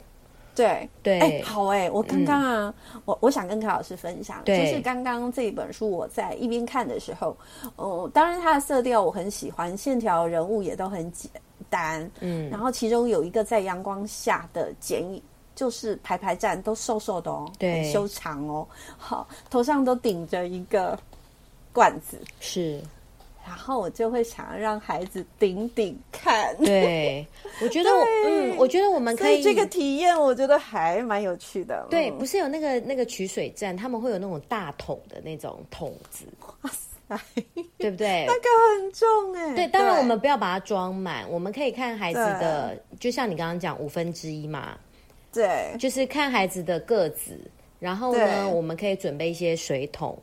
Speaker 1: 对
Speaker 2: 对嗯
Speaker 1: 哎、好哎、我刚刚啊，我我想跟凯老师分享，就
Speaker 2: 对
Speaker 1: 是刚刚这本书我在一边看的时候，哦、当然它的色调我很喜欢，线条人物也都很简单，嗯，然后其中有一个在阳光下的剪影。就是排排站都瘦瘦的哦，
Speaker 2: 对
Speaker 1: 很修长哦，好，头上都顶着一个罐子，
Speaker 2: 是，
Speaker 1: 然后我就会想要让孩子顶顶看，
Speaker 2: 对，我觉得我，
Speaker 1: 对
Speaker 2: 嗯，我觉得我们
Speaker 1: 所
Speaker 2: 可以
Speaker 1: 以这个体验我觉得还蛮有趣的，
Speaker 2: 对，
Speaker 1: 嗯
Speaker 2: 不是有那个那个取水站，他们会有那种大桶的那种桶子，
Speaker 1: 哎
Speaker 2: 对不对？
Speaker 1: 这个很重哎、
Speaker 2: 对，当然我们不要把它装满，我们可以看孩子
Speaker 1: 对
Speaker 2: 的，就像你刚刚讲五分之一嘛，
Speaker 1: 对
Speaker 2: 就是看孩子的个子，然后呢，
Speaker 1: 对
Speaker 2: 我们可以准备一些水桶，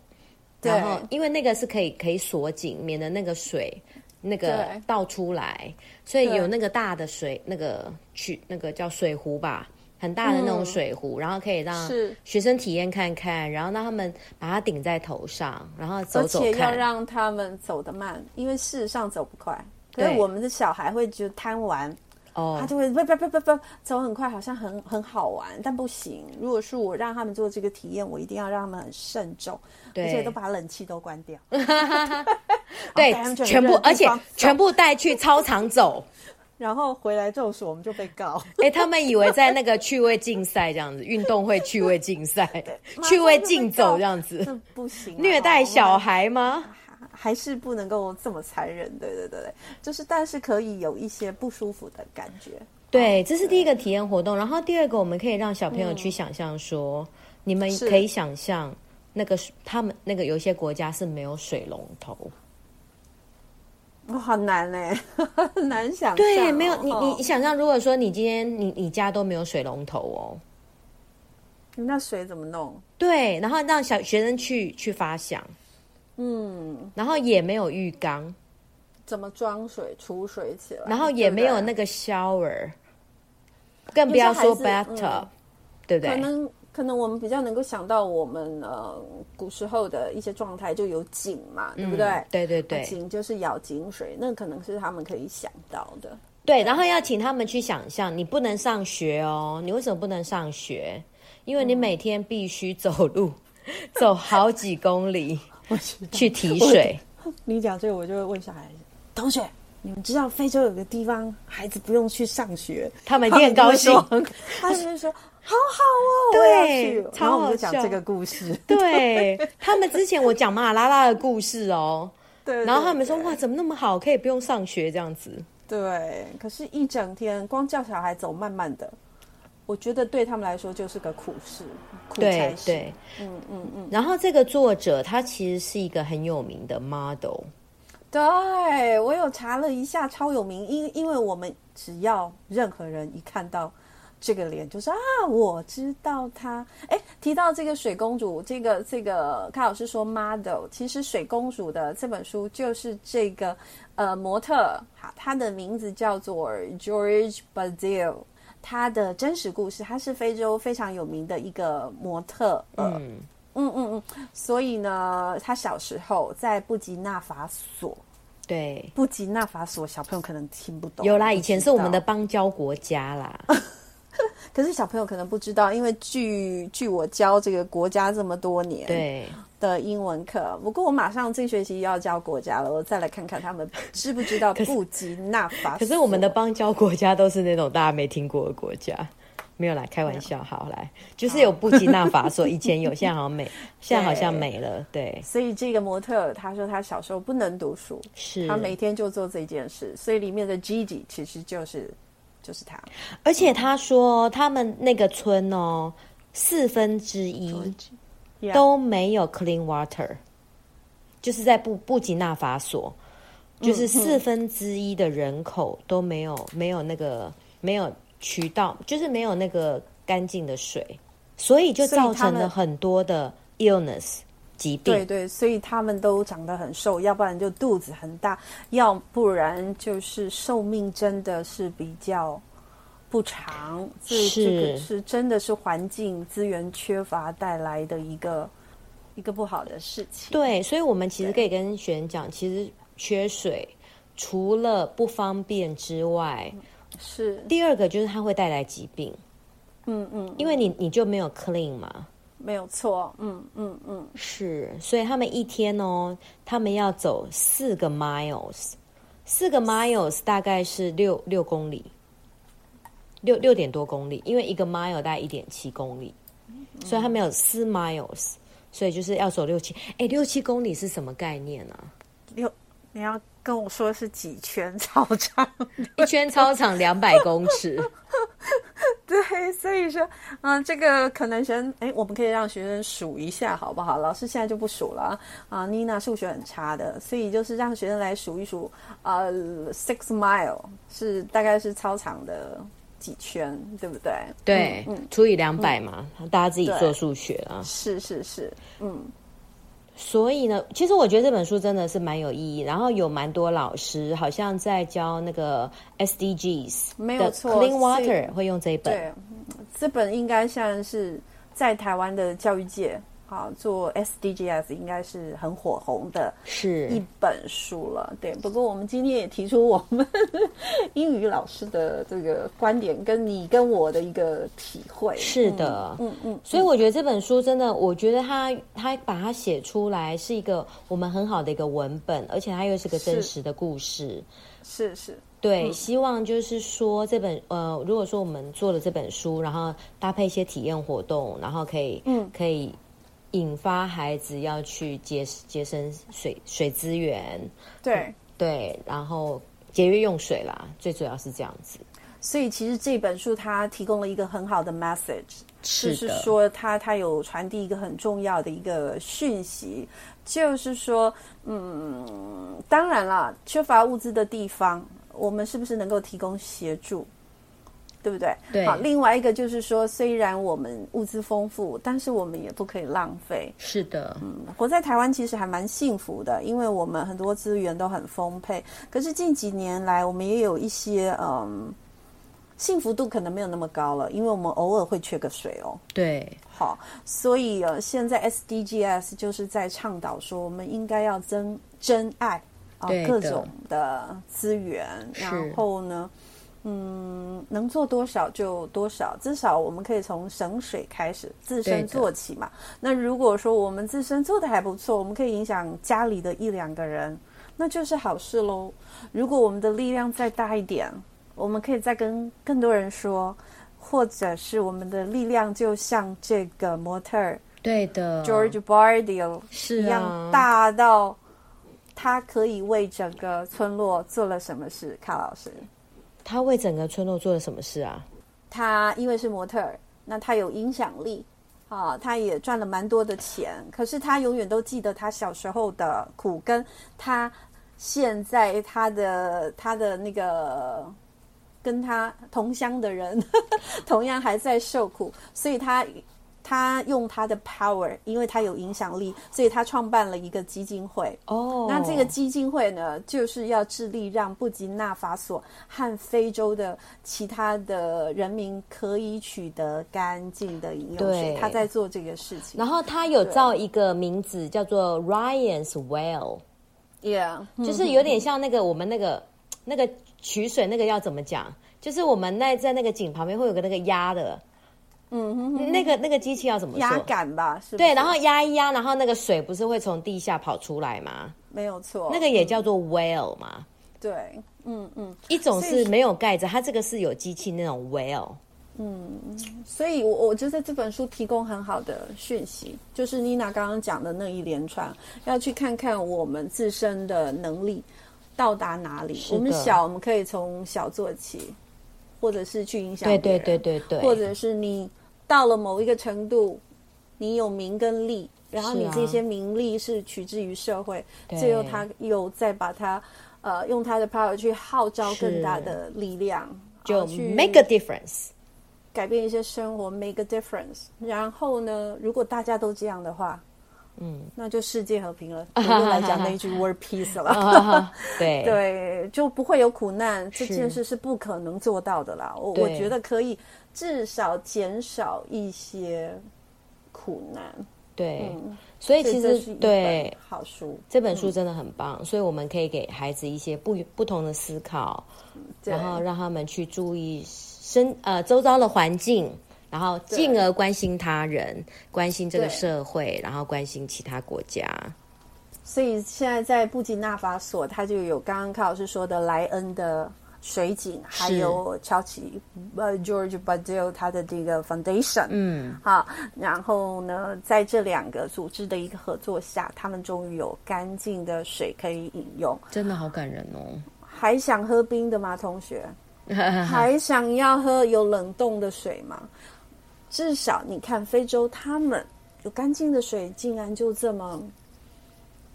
Speaker 1: 对
Speaker 2: 然后因为那个是可以可以锁紧，免得那个水那个
Speaker 1: 对
Speaker 2: 倒出来，所以
Speaker 1: 对
Speaker 2: 有那个大的水那个去那个叫水壶吧。很大的那种
Speaker 1: 嗯
Speaker 2: 水壶，然后可以让
Speaker 1: 是
Speaker 2: 学生体验看看，然后让他们把它顶在头上，然后走
Speaker 1: 而
Speaker 2: 走
Speaker 1: 且要
Speaker 2: 看。
Speaker 1: 让他们走得慢，因为事实上走不快。可
Speaker 2: 对
Speaker 1: 是我们的小孩会觉得贪玩，
Speaker 2: 哦
Speaker 1: 他就会不不不不不走很快，好像很很好玩，但不行。如果是我让他们做这个体验，我一定要让他们很慎重，而且都把冷气都关 掉。带
Speaker 2: 对
Speaker 1: 他们去，很
Speaker 2: 全部
Speaker 1: 热的地
Speaker 2: 而且
Speaker 1: 方走
Speaker 2: 全部带去操场走。
Speaker 1: 然后回来中暑，我们就被告。
Speaker 2: 哎、他们以为在那个趣味竞赛这样子，运动会趣味竞赛
Speaker 1: 马上就被，告
Speaker 2: 趣味竞走这样 子，
Speaker 1: 这不行啊、
Speaker 2: 虐待小
Speaker 1: 孩。
Speaker 2: 孩吗？
Speaker 1: 还是不能够这么残忍，对对对对，就是但是可以有一些不舒服的感觉，
Speaker 2: 对，
Speaker 1: 哦
Speaker 2: 这是第一个体验活动。然后第二个，我们可以让小朋友去想象说，你们
Speaker 1: 嗯是
Speaker 2: 可以想象那个他们那个有一些国家是没有水龙头，
Speaker 1: 哇，好难哎、很 难想象哦、
Speaker 2: 对，没有你你
Speaker 1: 哦
Speaker 2: 你想象，如果说你今天你你家都没有水龙头哦，
Speaker 1: 你那水怎么弄？
Speaker 2: 对，然后让小学生去去发想，
Speaker 1: 嗯，
Speaker 2: 然后也没有浴缸。
Speaker 1: 怎么装水、储水起来？
Speaker 2: 然后也没有
Speaker 1: 对
Speaker 2: 那个 shower，更不要说
Speaker 1: 有些孩子
Speaker 2: bathtub，、对
Speaker 1: 嗯不
Speaker 2: 不
Speaker 1: 对可
Speaker 2: 对？
Speaker 1: 能可能我们比较能够想到我们呃古时候的一些状态，就有井嘛，对不对？
Speaker 2: 对嗯对
Speaker 1: 啊
Speaker 2: 对
Speaker 1: 井就是舀井水，那可能是他们可以想到的。
Speaker 2: 对，然后要请他们去想象，你不能上学哦，你为什么不能上学？因为你每天必须走路， 走好几公里
Speaker 1: 我知道
Speaker 2: 去提水。
Speaker 1: 你讲这个，我就会问小孩同学。你们知道非洲有个地方，孩子不用去上学，
Speaker 2: 他们一定很高兴
Speaker 1: 他们就会说 他们就说：“好好哦，我也要
Speaker 2: 对
Speaker 1: 去。”
Speaker 2: 超
Speaker 1: 然后我们
Speaker 2: 好
Speaker 1: 就讲
Speaker 2: 笑
Speaker 1: 这个故事，
Speaker 2: 对他们之前我讲马拉拉的故事哦，
Speaker 1: 对。
Speaker 2: 然后他们
Speaker 1: 对
Speaker 2: 说哇，怎么那么好，可以不用上学这样子。
Speaker 1: 对，可是，一整天光叫小孩走慢慢的，我觉得对他们来说就是个苦事，苦差
Speaker 2: 对
Speaker 1: 事。
Speaker 2: 对，嗯嗯嗯。然后这个作者他其实是一个很有名的 model，
Speaker 1: 对我有查了一下，超有名，因因为我们只要任何人一看到这个脸，就说啊，我知道他。哎，提到这个水公主，这个这个卡老师说 model，其实水公主的这本书就是这个呃模特，好，她的名字叫做 George Bazil。她的真实故事，她是非洲非常有名的一个模特儿，
Speaker 2: 嗯，
Speaker 1: 嗯嗯嗯，所以呢，他小时候在布吉纳法索，
Speaker 2: 对，
Speaker 1: 布吉纳法索小朋友可能听不懂，
Speaker 2: 有
Speaker 1: 不知
Speaker 2: 啦，
Speaker 1: 道
Speaker 2: 以前是我们的，邦交国家啦，
Speaker 1: 可是小朋友可能不知道，因为据据我教这个国家这么多年，
Speaker 2: 对，
Speaker 1: 的英文课，不过我马上这学期要教国家了，我再来看看他们知不 知道布吉纳法索。
Speaker 2: 可是我们的邦交国家都是那种大家没听过的国家，没有来开玩笑，好来，就是有布吉纳法索，以前有，现在好像 没，现在好像没了，对，
Speaker 1: 所以这个模特儿他说他小时候不能读书，
Speaker 2: 是
Speaker 1: 他每天就做这件事，所以里面的 Gigi 其实就是就是他，
Speaker 2: 而且他说他们那个村哦，四分之一
Speaker 1: Yeah
Speaker 2: 都没有 clean water，就是在布布吉纳法索，
Speaker 1: 嗯
Speaker 2: 就是四分之一的人口都没有没有那个没有渠道，就是没有那个干净的水，所以就
Speaker 1: 所以他
Speaker 2: 造成了
Speaker 1: 们
Speaker 2: 很多的 illness 疾病。
Speaker 1: 对对，所以他们都长得很瘦，要不然就肚子很大，要不然就是寿命真的是比较不长。这这个
Speaker 2: 是
Speaker 1: 是真的是环境资源缺乏带来的一个一个不好的事情。
Speaker 2: 对，所以我们其实
Speaker 1: 对
Speaker 2: 可以跟学员讲，其实缺水除了不方便之外，
Speaker 1: 是，
Speaker 2: 第二个就是它会带来疾病，
Speaker 1: 嗯嗯，
Speaker 2: 因为你你就没有 clean 嘛。
Speaker 1: 没有错，嗯嗯嗯，
Speaker 2: 是，所以他们一天哦，他们要走四个 miles，四个 miles 大概是六六公里，六六点多公里，因为一个 mile 大概一点七公里，所以他们有四 miles，所以就是要走六七，哎，六七公里是什么概念啊？
Speaker 1: 六，你要跟我说是几圈 操场？
Speaker 2: 一圈操场两百公尺，
Speaker 1: 对，所以说，嗯，这个可能学生，哎，我们可以让学生数一下，好不好？老师现在就不数了啊。啊，妮娜数学很差的，所以就是让学生来数一数，呃，six mile 是大概是操场的几圈，对不对？
Speaker 2: 对，除以两百嘛，大家自己做数学啊。
Speaker 1: 是是是，嗯，
Speaker 2: 所以呢，其实我觉得这本书真的是蛮有意义，然后有蛮多老师好像在教那个 SDGs，
Speaker 1: 没有
Speaker 2: 的
Speaker 1: 错
Speaker 2: Clean
Speaker 1: 所
Speaker 2: Water
Speaker 1: 以
Speaker 2: 会用这一本，
Speaker 1: 对，这本应该算是在台湾的教育界啊，做 SDGs 应该是很火红的一
Speaker 2: 是
Speaker 1: 本书了，对。不过我们今天也提出我们英语老师的这个观点，跟你跟我的一个体会。
Speaker 2: 是的，
Speaker 1: 嗯，嗯
Speaker 2: 所以我觉得这本书真的，我觉得它它把它写出来是一个我们很好的一个文本，而且它又是个真
Speaker 1: 是
Speaker 2: 实的故事。
Speaker 1: 嗯，是是，
Speaker 2: 对，希望就是说这本呃，如果说我们做了这本书，然后搭配一些体验活动，然后可以
Speaker 1: 嗯
Speaker 2: 可以引发孩子要去节节省水水资源，
Speaker 1: 对。
Speaker 2: 对，然后节约用水啦，最主要是这样子。
Speaker 1: 所以其实这本书它提供了一个很好的 message，
Speaker 2: 是
Speaker 1: 就是
Speaker 2: 的
Speaker 1: 说它它有传递一个很重要的一个讯息，就是说，嗯，当然啦，缺乏物资的地方，我们是不是能够提供协助？对不对？
Speaker 2: 对
Speaker 1: 好，另外一个就是说，虽然我们物资丰富，但是我们也不可以浪费。
Speaker 2: 是的，
Speaker 1: 活在台湾其实还蛮幸福的，因为我们很多资源都很丰沛。可是近几年来，我们也有一些嗯，幸福度可能没有那么高了，因为我们偶尔会缺个水哦。
Speaker 2: 对，
Speaker 1: 好，所以呃，现在 SDGs 就是在倡导说，我们应该要真真爱啊、
Speaker 2: 对的
Speaker 1: 各种的资源，然后呢，嗯，能做多少就多少，至少我们可以从省水开始，自
Speaker 2: 对
Speaker 1: 身
Speaker 2: 的
Speaker 1: 做起嘛。那如果说我们自身做的还不错，我们可以影响家里的一两个人，那就是好事喽。如果我们的力量再大一点，我们可以再跟更多人说，或者是我们的力量就像这个模特儿
Speaker 2: 对的
Speaker 1: George Bardio
Speaker 2: 是
Speaker 1: 一
Speaker 2: 啊
Speaker 1: 样，大到他可以为整个村落做了什么事。卡老师，
Speaker 2: 他为整个村落做了什么事啊？
Speaker 1: 他因为是模特儿，那他有影响力。啊，他也赚了蛮多的钱，可是他永远都记得他小时候的苦，跟他现在他的他的那个跟他同乡的人， 同样还在受苦，所以他他用他的 power，因为他有影响力，所以他创办了一个基金会。
Speaker 2: 哦，
Speaker 1: 那这个基金会呢，就是要致力让布吉纳法索和非洲的其他的人民可以取得干净的饮用水
Speaker 2: 对。
Speaker 1: 他在做这个事情。
Speaker 2: 然后他有造一个名字叫做 Ryan's Well，
Speaker 1: Yeah，就
Speaker 2: 就是有点像那个我们那个那个取水那个要怎么讲？就是我们那在那个井旁边会有个那个压的，
Speaker 1: 嗯哼哼
Speaker 2: 那个那个机器要怎么
Speaker 1: 压
Speaker 2: 说？
Speaker 1: 感吧，是不是
Speaker 2: 对，然后压一压，然后那个水不是会从地下跑出来吗？
Speaker 1: 没有错，
Speaker 2: 那个也叫做 well 嘛，
Speaker 1: 对，嗯嗯，
Speaker 2: 一种
Speaker 1: 所
Speaker 2: 是
Speaker 1: 以
Speaker 2: 没有盖子，它这个是有机器那种 well，
Speaker 1: 所以我，我觉得这本书提供很好的讯息，就是妮娜刚刚讲的那一连串，要去看看我们自身的能力到达哪里。
Speaker 2: 的
Speaker 1: 我们小，我们可以从小做起，或者是去影响
Speaker 2: 对
Speaker 1: 别
Speaker 2: 对
Speaker 1: 人
Speaker 2: 对对对，
Speaker 1: 或者是你到了某一个程度，你有名跟利，然后
Speaker 2: 是
Speaker 1: 你
Speaker 2: 啊
Speaker 1: 这些名利是取之于社会，
Speaker 2: 对
Speaker 1: 最后他又再把它，呃，用他的 power 去号召更大的力量，
Speaker 2: 就
Speaker 1: 啊去
Speaker 2: make a difference。
Speaker 1: 改变一些生活，make a difference。然后呢，如果大家都这样的话，
Speaker 2: 嗯，
Speaker 1: 那就世界和平 了。我又来讲那一句 world peace 了。
Speaker 2: 啊对
Speaker 1: 对，就不会有苦难，这
Speaker 2: 是
Speaker 1: 件事是不可能做到的啦。我
Speaker 2: 对
Speaker 1: 我觉得可以至少减少一些苦难。
Speaker 2: 对
Speaker 1: 嗯，
Speaker 2: 所以
Speaker 1: 所以
Speaker 2: 其
Speaker 1: 这
Speaker 2: 实
Speaker 1: 是一
Speaker 2: 对
Speaker 1: 本嗯好书，
Speaker 2: 这本书真的很棒，所以我们可以给孩子一些不不同的思考，
Speaker 1: 对
Speaker 2: 然后让他们去注意身呃周遭的环境，然后进而关心他人，关心这个
Speaker 1: 对
Speaker 2: 社会，然后关心其他国家。
Speaker 1: 所以现在在布吉纳法索，它就有刚刚卡老师说的莱恩的水井，还有乔奇呃 George Badil 他的这个 foundation，
Speaker 2: 嗯，
Speaker 1: 好，然后呢，在这两个组织的一个合作下，他们终于有干净的水可以饮用。
Speaker 2: 真的好感人哦。
Speaker 1: 还想喝冰的吗，同学？
Speaker 2: 嗯
Speaker 1: 还想要喝有冷冻的水吗？至少你看非洲，他们有干净的水，竟然就这么，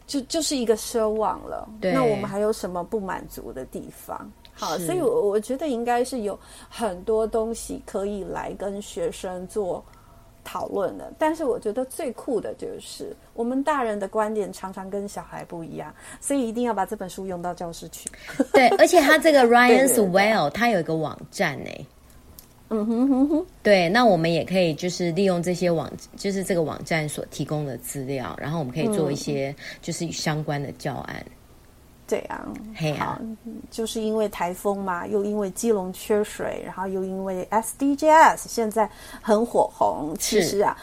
Speaker 1: 就就是一个奢望了。
Speaker 2: 对
Speaker 1: 那我们还有什么不满足的地方？好，
Speaker 2: 是
Speaker 1: 所以我我觉得应该是有很多东西可以来跟学生做讨论的。但是我觉得最酷的就是，我们大人的观点常常跟小孩不一样，所以一定要把这本书用到教室去。
Speaker 2: 对，而且他这个
Speaker 1: 对
Speaker 2: Ryan's
Speaker 1: 对
Speaker 2: Well，他有一个网站呢。
Speaker 1: 嗯哼哼哼。
Speaker 2: 对，那我们也可以就是利用这些网，就是这个网站所提供的资料，然后我们可以做一些就是相关的教案。
Speaker 1: 对啊，
Speaker 2: 嘿啊，
Speaker 1: 就是因为台风嘛，又因为基隆缺水，然后又因为 SDGs 现在很火红。其实啊，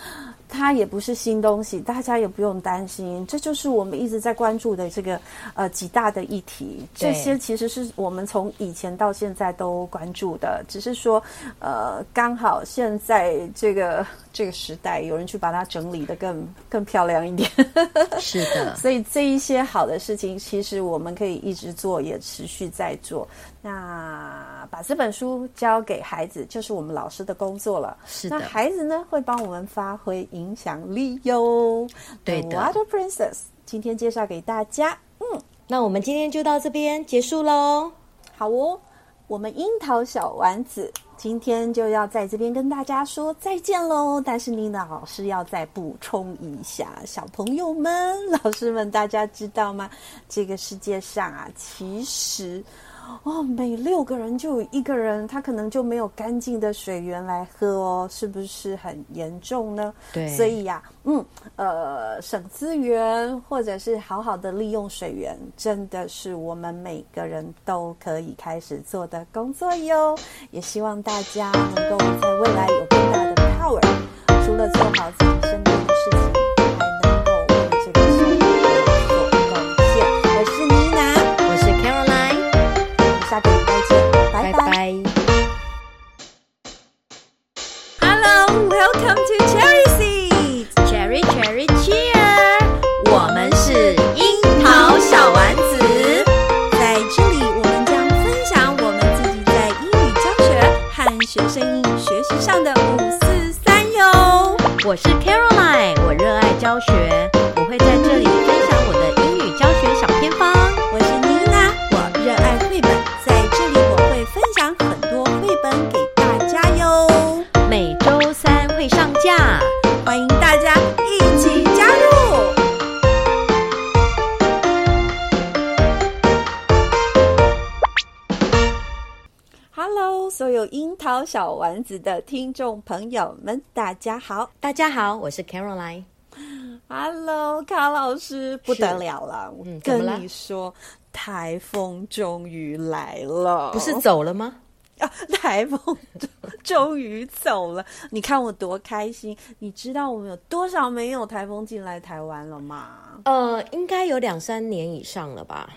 Speaker 1: 它也不是新东西，大家也不用担心。这就是我们一直在关注的这个呃几大的议题。
Speaker 2: 对
Speaker 1: 这些其实是我们从以前到现在都关注的，只是说呃刚好现在这个这个时代，有人去把它整理的更更漂亮一点。
Speaker 2: 是的，
Speaker 1: 所以这一些好的事情，其实我们可以一直做，也持续在做。那把这本书交给孩子，就是我们老师的工作了。
Speaker 2: 是
Speaker 1: 那
Speaker 2: 的，
Speaker 1: 孩子呢，会帮我们发挥影响力哟。
Speaker 2: 对
Speaker 1: The
Speaker 2: 的
Speaker 1: Water Princess 今天介绍给大家， 嗯
Speaker 2: 那我们今天就到这边结束喽。
Speaker 1: 好哦。我们樱桃小丸子今天就要在这边跟大家说再见喽。但是妮娜老师要再补充一下，小朋友们、老师们，大家知道吗？这个世界上啊，其实哦，每六个人就有一个人，他可能就没有干净的水源来喝哦，是不是很严重呢？
Speaker 2: 对
Speaker 1: 所以呀、嗯，呃，省资源或者是好好的利用水源，真的是我们每个人都可以开始做的工作哟。也希望大家能够在未来有更大的 power，除了做好自己身边的事情，还能够为这个社会做贡献。我是妮娜。
Speaker 2: 我是 Caroline，
Speaker 1: 下个礼拜见，拜拜。
Speaker 2: 拜拜
Speaker 1: Hello, welcome to Cherry Seed，
Speaker 2: Cherry Cherry Cheer，我们是樱桃小丸子，
Speaker 1: 在这里我们将分享我们自己在英语教学和学生英语学习上的五四三哟。
Speaker 2: 我是 Caroline，我热爱教学，我会在这里分享我的英语教学小偏方。
Speaker 1: 我是妮娜，我热爱绘本，在这里我会分享很多绘本给大家哟，
Speaker 2: 每周三会上架。
Speaker 1: 欢迎大家一起加入。Hello，所有樱桃小丸子的听众朋友们，大家好。
Speaker 2: 大家好，我是 Caroline。
Speaker 1: Hello，卡老师，不得了了！我
Speaker 2: 嗯怎么了
Speaker 1: 跟你说，台风终于来了，
Speaker 2: 不是走了吗？
Speaker 1: 啊，台风终终于走了。你看我多开心！你知道我们有多少没有台风进来台湾了吗？
Speaker 2: 呃，应该有两三年以上了吧。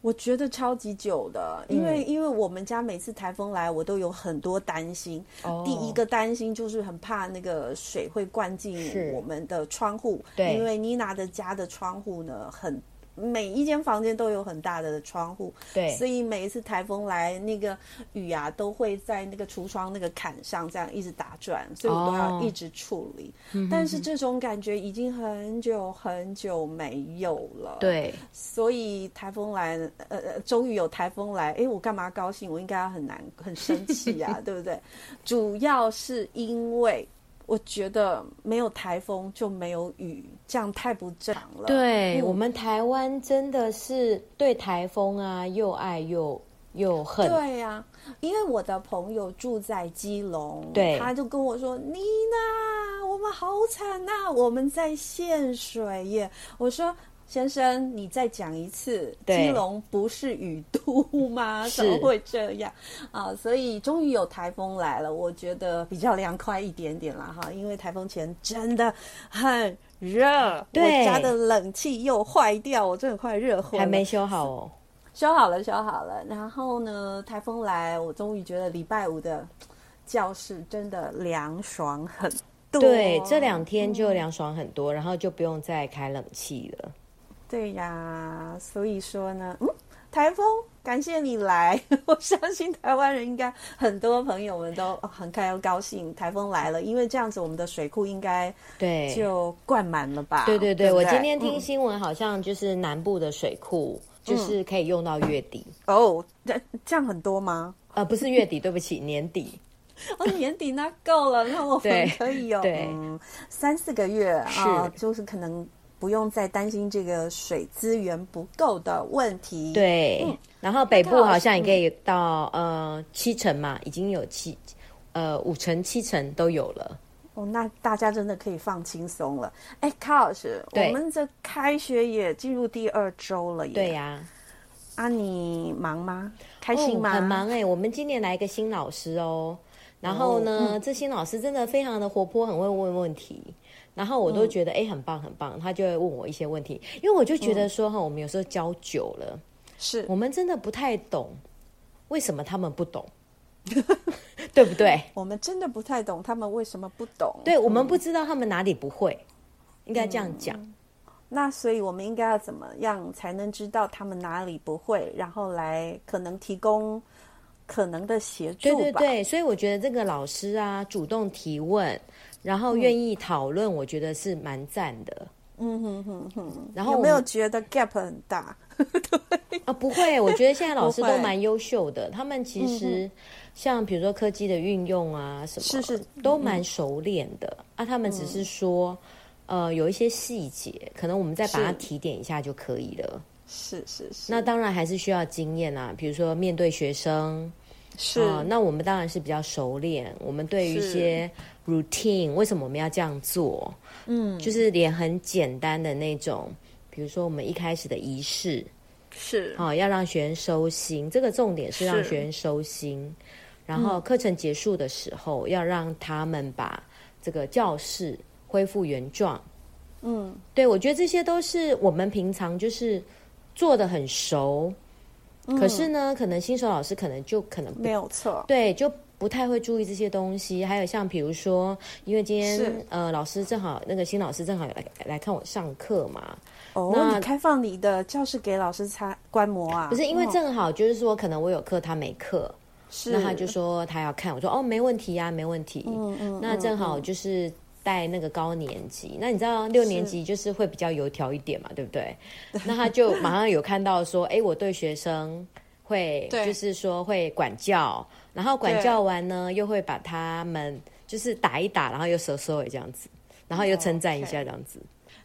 Speaker 1: 我觉得超级久的，因
Speaker 2: 嗯
Speaker 1: 为、因为我们家每次台风来，我都有很多担心。
Speaker 2: 哦
Speaker 1: 第一个担心就是很怕那个水会灌
Speaker 2: 是
Speaker 1: 进我们的窗户，
Speaker 2: 对
Speaker 1: 因为妮娜的家的窗户呢很。每一间房间都有很大的窗户，
Speaker 2: 对
Speaker 1: 所以每一次台风来，那个雨啊都会在那个橱窗那个坎上这样一直打转，所以我都要
Speaker 2: 哦
Speaker 1: 一直处理。
Speaker 2: 嗯
Speaker 1: 但是这种感觉已经很久很久没有了。
Speaker 2: 对，
Speaker 1: 所以台风来，呃呃，终于有台风来，哎诶，我干嘛高兴？我应该很难很生气 啊，对不对？主要是因为我觉得没有台风就没有雨，这样太不正常了。
Speaker 2: 对、
Speaker 1: 嗯
Speaker 2: 我们台湾真的是对台风啊又爱又又恨，
Speaker 1: 对呀、因为我的朋友住在基隆，
Speaker 2: 对
Speaker 1: 他就跟我说：“妮娜，我们好惨呐、我们在限水耶。”我说。先生，你再讲一次，
Speaker 2: 对
Speaker 1: 基隆不是雨都吗？
Speaker 2: 是
Speaker 1: 怎么会这样啊？所以终于有台风来了，我觉得比较凉快一点点啦哈，因为台风前真的很热，
Speaker 2: 对
Speaker 1: 我家的冷气又坏掉，我真的快热昏了。
Speaker 2: 还没修好哦。
Speaker 1: 修好了，修好了。然后呢，台风来，我终于觉得礼拜五的教室真的凉爽很多。
Speaker 2: 对，啊这两天就凉爽很多，然后就不用再开冷气了。
Speaker 1: 对呀，所以说呢，嗯，台风。感谢你来， 我相信台湾人应该很多朋友们都哦很开高兴，台风来了，因为这样子我们的水库应该
Speaker 2: 对，
Speaker 1: 就灌满了吧？
Speaker 2: 对对对，
Speaker 1: 不
Speaker 2: 我今天听
Speaker 1: 嗯
Speaker 2: 新闻好像就是南部的水库就是可以用到月底，
Speaker 1: 哦，这这样很多吗？
Speaker 2: 呃，不是月底，对不起，年底。
Speaker 1: 哦，年底那够了，那我
Speaker 2: 对
Speaker 1: 们可以有、
Speaker 2: 对
Speaker 1: 嗯、三四个月啊、
Speaker 2: 是
Speaker 1: 就是可能不用再担心这个水资源不够的问题。，
Speaker 2: 对，然后北部
Speaker 1: 嗯那嗯
Speaker 2: 好像也可以到呃七成嘛，已经有七呃五成七成都有了。
Speaker 1: 哦，那大家真的可以放轻松了。哎，卡老师，我
Speaker 2: 对
Speaker 1: 们这开学也进入第二周了耶。
Speaker 2: 对、呀、
Speaker 1: 啊，你忙吗？开心吗？
Speaker 2: 哦、很忙哎、我们今年来一个新老师哦。然后
Speaker 1: 哦
Speaker 2: 呢，
Speaker 1: 嗯
Speaker 2: 这新老师真的非常的活泼，很会问问题。然后我
Speaker 1: 嗯
Speaker 2: 都觉得哎、诶很棒很棒，他就会问我一些问题，因为我就
Speaker 1: 嗯
Speaker 2: 觉得说哈、我们有时候教久了，
Speaker 1: 是
Speaker 2: 我们真的不太懂为什么他们不懂， 对不对？
Speaker 1: 我们真的不太懂他们为什么不懂。
Speaker 2: 对我们不知道他们哪里不会，应该这样讲。
Speaker 1: 那所以我们应该要怎么样才能知道他们哪里不会，然后来可能提供可能的协助
Speaker 2: 对
Speaker 1: 吧？
Speaker 2: 对对，所以我觉得这个老师啊，主动提问，然后愿意讨论，我觉得是蛮赞的。嗯哼哼哼，然后
Speaker 1: 有
Speaker 2: 我
Speaker 1: 没有
Speaker 2: 们
Speaker 1: 觉得 gap 很大？
Speaker 2: 啊？不会，我觉得现在老师
Speaker 1: 不
Speaker 2: 都
Speaker 1: 会嗯
Speaker 2: 蛮优秀的，他们其实像比如说科技的运用啊，什么
Speaker 1: 是是嗯
Speaker 2: 都蛮熟练的啊。他们只是说，呃，有一些细节，可能我们再把它
Speaker 1: 是
Speaker 2: 提点一下就可以了。
Speaker 1: 是是是，
Speaker 2: 那当然还是需要经验啊，比如说面对学生，
Speaker 1: 是、
Speaker 2: 啊，那我们当然是比较熟练，我们对于一
Speaker 1: 是
Speaker 2: 些 routine，为什么我们要这样做？嗯，就是连很简单的那种，比如说我们一开始的仪式，
Speaker 1: 是
Speaker 2: 啊，要让学员收心，这个重点是让
Speaker 1: 是嗯
Speaker 2: 学员收心。然后课程结束的时候，要让他们把这个教室恢复原状。
Speaker 1: 嗯，
Speaker 2: 对，我觉得这些都是我们平常就是做的很熟，可是呢，可能新手老师可能就可能不
Speaker 1: 嗯没有错，
Speaker 2: 对，就不太会注意这些东西。还有像比如说，因为今天
Speaker 1: 是
Speaker 2: 呃老师正好那个新老师正好有来来看我上课嘛，
Speaker 1: 哦，
Speaker 2: 那
Speaker 1: 你开放你的教室给老师参观摩啊？
Speaker 2: 不是因为
Speaker 1: 哦
Speaker 2: 正好就是说可能我有课他没课，
Speaker 1: 是，
Speaker 2: 那他就说他要看，我说哦没问题呀、没问题。
Speaker 1: 嗯嗯，
Speaker 2: 那正好就是。带那个高年级，那你知道六年级就是会比较油条一点嘛，对不对？那他就马上有看到说， 哎，我对学生会
Speaker 1: 对
Speaker 2: 就是说会管教，然后管
Speaker 1: 对
Speaker 2: 教完呢，又会把他们就是打一打，然后又收收尾这样子，然后又称赞一下
Speaker 1: 哦 OK
Speaker 2: 这样子。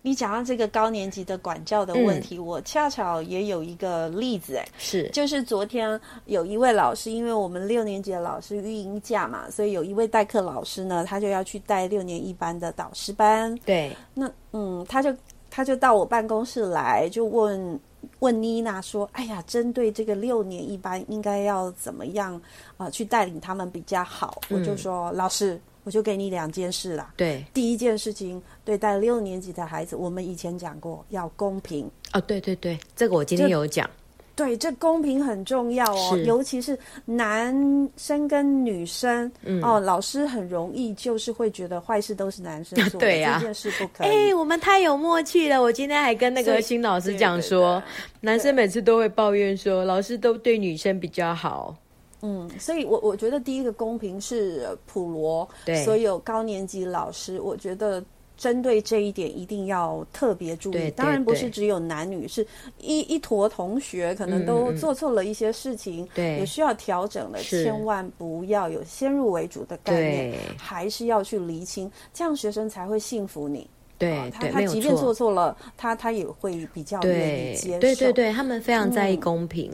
Speaker 1: 你讲到这个高年级的管教的
Speaker 2: 嗯
Speaker 1: 问题，我恰巧也有一个例子哎。
Speaker 2: 是，
Speaker 1: 就是昨天有一位老师，因为我们六年级的老师育婴假嘛，所以有一位代课老师呢，他就要去带六年一班的导师班。
Speaker 2: 对，
Speaker 1: 那嗯，他就他就到我办公室来，就问问妮娜说：“哎呀，针对这个六年一班，应该要怎么样啊、呃去带领他们比较好？”我就说：“老师，我就给你两件事啦。
Speaker 2: 对，
Speaker 1: 第一件事情，对待六年级的孩子，我们以前讲过要公平，
Speaker 2: 哦，对对对，这个我今天
Speaker 1: 就
Speaker 2: 有讲，
Speaker 1: 对，这公平很重要哦，
Speaker 2: 是
Speaker 1: 尤其是男生跟女生、
Speaker 2: 嗯
Speaker 1: 哦，老师很容易就是会觉得坏事都是男生做的，
Speaker 2: 对呀
Speaker 1: 这件事不可
Speaker 2: 哎、
Speaker 1: 以。
Speaker 2: 我们太有默契了！我今天还跟那
Speaker 1: 所
Speaker 2: 个
Speaker 1: 以
Speaker 2: 新老师
Speaker 1: 对
Speaker 2: 讲
Speaker 1: 对
Speaker 2: 说，
Speaker 1: 对
Speaker 2: 男生每次都会抱怨说，老师都对女生比较好。
Speaker 1: 嗯，所以我我觉得第一个公平是呃普罗，
Speaker 2: 对
Speaker 1: 所有高年级老师，我觉得。针对这一点，一定要特别注意。
Speaker 2: 对对
Speaker 1: 当然不是
Speaker 2: 对嗯
Speaker 1: 只有男女，是一一坨同学可能都做错了一些事情，
Speaker 2: 对
Speaker 1: 也需要调整的。
Speaker 2: 是
Speaker 1: 千万不要有先入为主的概念
Speaker 2: 对，
Speaker 1: 还是要去厘清，这样学生才会信服你。
Speaker 2: 对、
Speaker 1: 啊他
Speaker 2: 对，
Speaker 1: 他
Speaker 2: 没有
Speaker 1: 即便做
Speaker 2: 错。
Speaker 1: 错了，他他也会比较愿意
Speaker 2: 对
Speaker 1: 接受。
Speaker 2: 对对对，他们非常在意公平。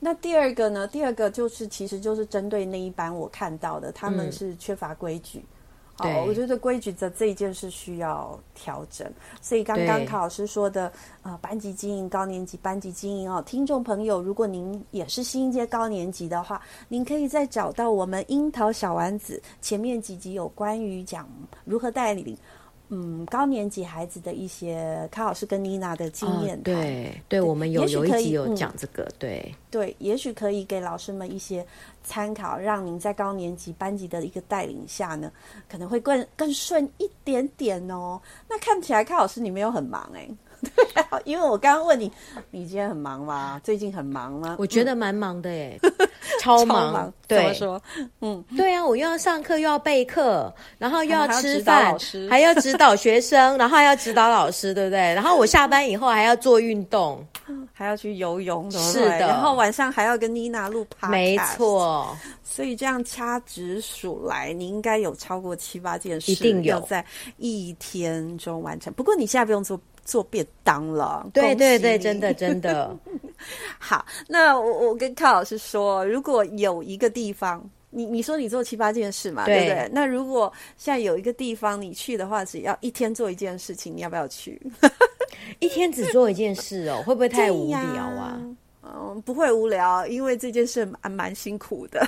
Speaker 1: 那第二个呢？第二个就是，其实就是针对那一班我看到的，他们
Speaker 2: 嗯
Speaker 1: 是缺乏规矩。好
Speaker 2: 对，
Speaker 1: 我觉得规矩的这一件事需要调整。所以刚刚
Speaker 2: 对
Speaker 1: 卡老师说的，呃，班级经营、高年级班级经营哦，听众朋友，如果您也是新一届高年级的话，您可以再找到我们樱桃小丸子前面几集有关于讲如何带领。嗯，高年级孩子的一些卡老师跟妮娜的经
Speaker 2: 哦
Speaker 1: 验谈、
Speaker 2: 对对，我们有
Speaker 1: 也许
Speaker 2: 有
Speaker 1: 可
Speaker 2: 一
Speaker 1: 以
Speaker 2: 集有
Speaker 1: 嗯
Speaker 2: 讲这个，对
Speaker 1: 对，也许可以给老师们一些参考，让您在高年级班级的一个带领下呢，可能会更更顺一点点哦。那看起来，看老师你没有很忙哎、 对啊，因为我刚刚问你，你今天很忙吗？最近很忙吗？
Speaker 2: 我觉得蛮忙 的耶，超
Speaker 1: 超
Speaker 2: 忙。
Speaker 1: 怎么
Speaker 2: 对
Speaker 1: 说？
Speaker 2: 对啊，我又要上课，又要备课，然后又
Speaker 1: 还要
Speaker 2: 吃
Speaker 1: 指导
Speaker 2: 饭
Speaker 1: 老，师
Speaker 2: 还要指导学生，然后还要指导老师，对不对？然后我下班以后还要做运动，
Speaker 1: 还要去游泳，对不
Speaker 2: 是
Speaker 1: 对
Speaker 2: 的
Speaker 1: 然后晚上还要跟妮娜录 p
Speaker 2: 没，错，
Speaker 1: 所以这样掐指数来，你应该有超过七八件事，
Speaker 2: 一定有
Speaker 1: 要在一天中完成。不过你现在不用做做便当了，
Speaker 2: 对对
Speaker 1: 恭喜
Speaker 2: 对，
Speaker 1: 你
Speaker 2: 真的 真的，
Speaker 1: 好。那我我跟康老师说，如果有一个地方。你你说你做七八件事嘛，
Speaker 2: 对
Speaker 1: 对不对？那如果现在有一个地方你去的话，只要一天做一件事情，你要不要去？
Speaker 2: 一天只做一件事哦，会不会太无
Speaker 1: 对
Speaker 2: 聊
Speaker 1: 哎呀
Speaker 2: 啊？
Speaker 1: 嗯，不会无聊，因为这件事蛮蛮辛苦的，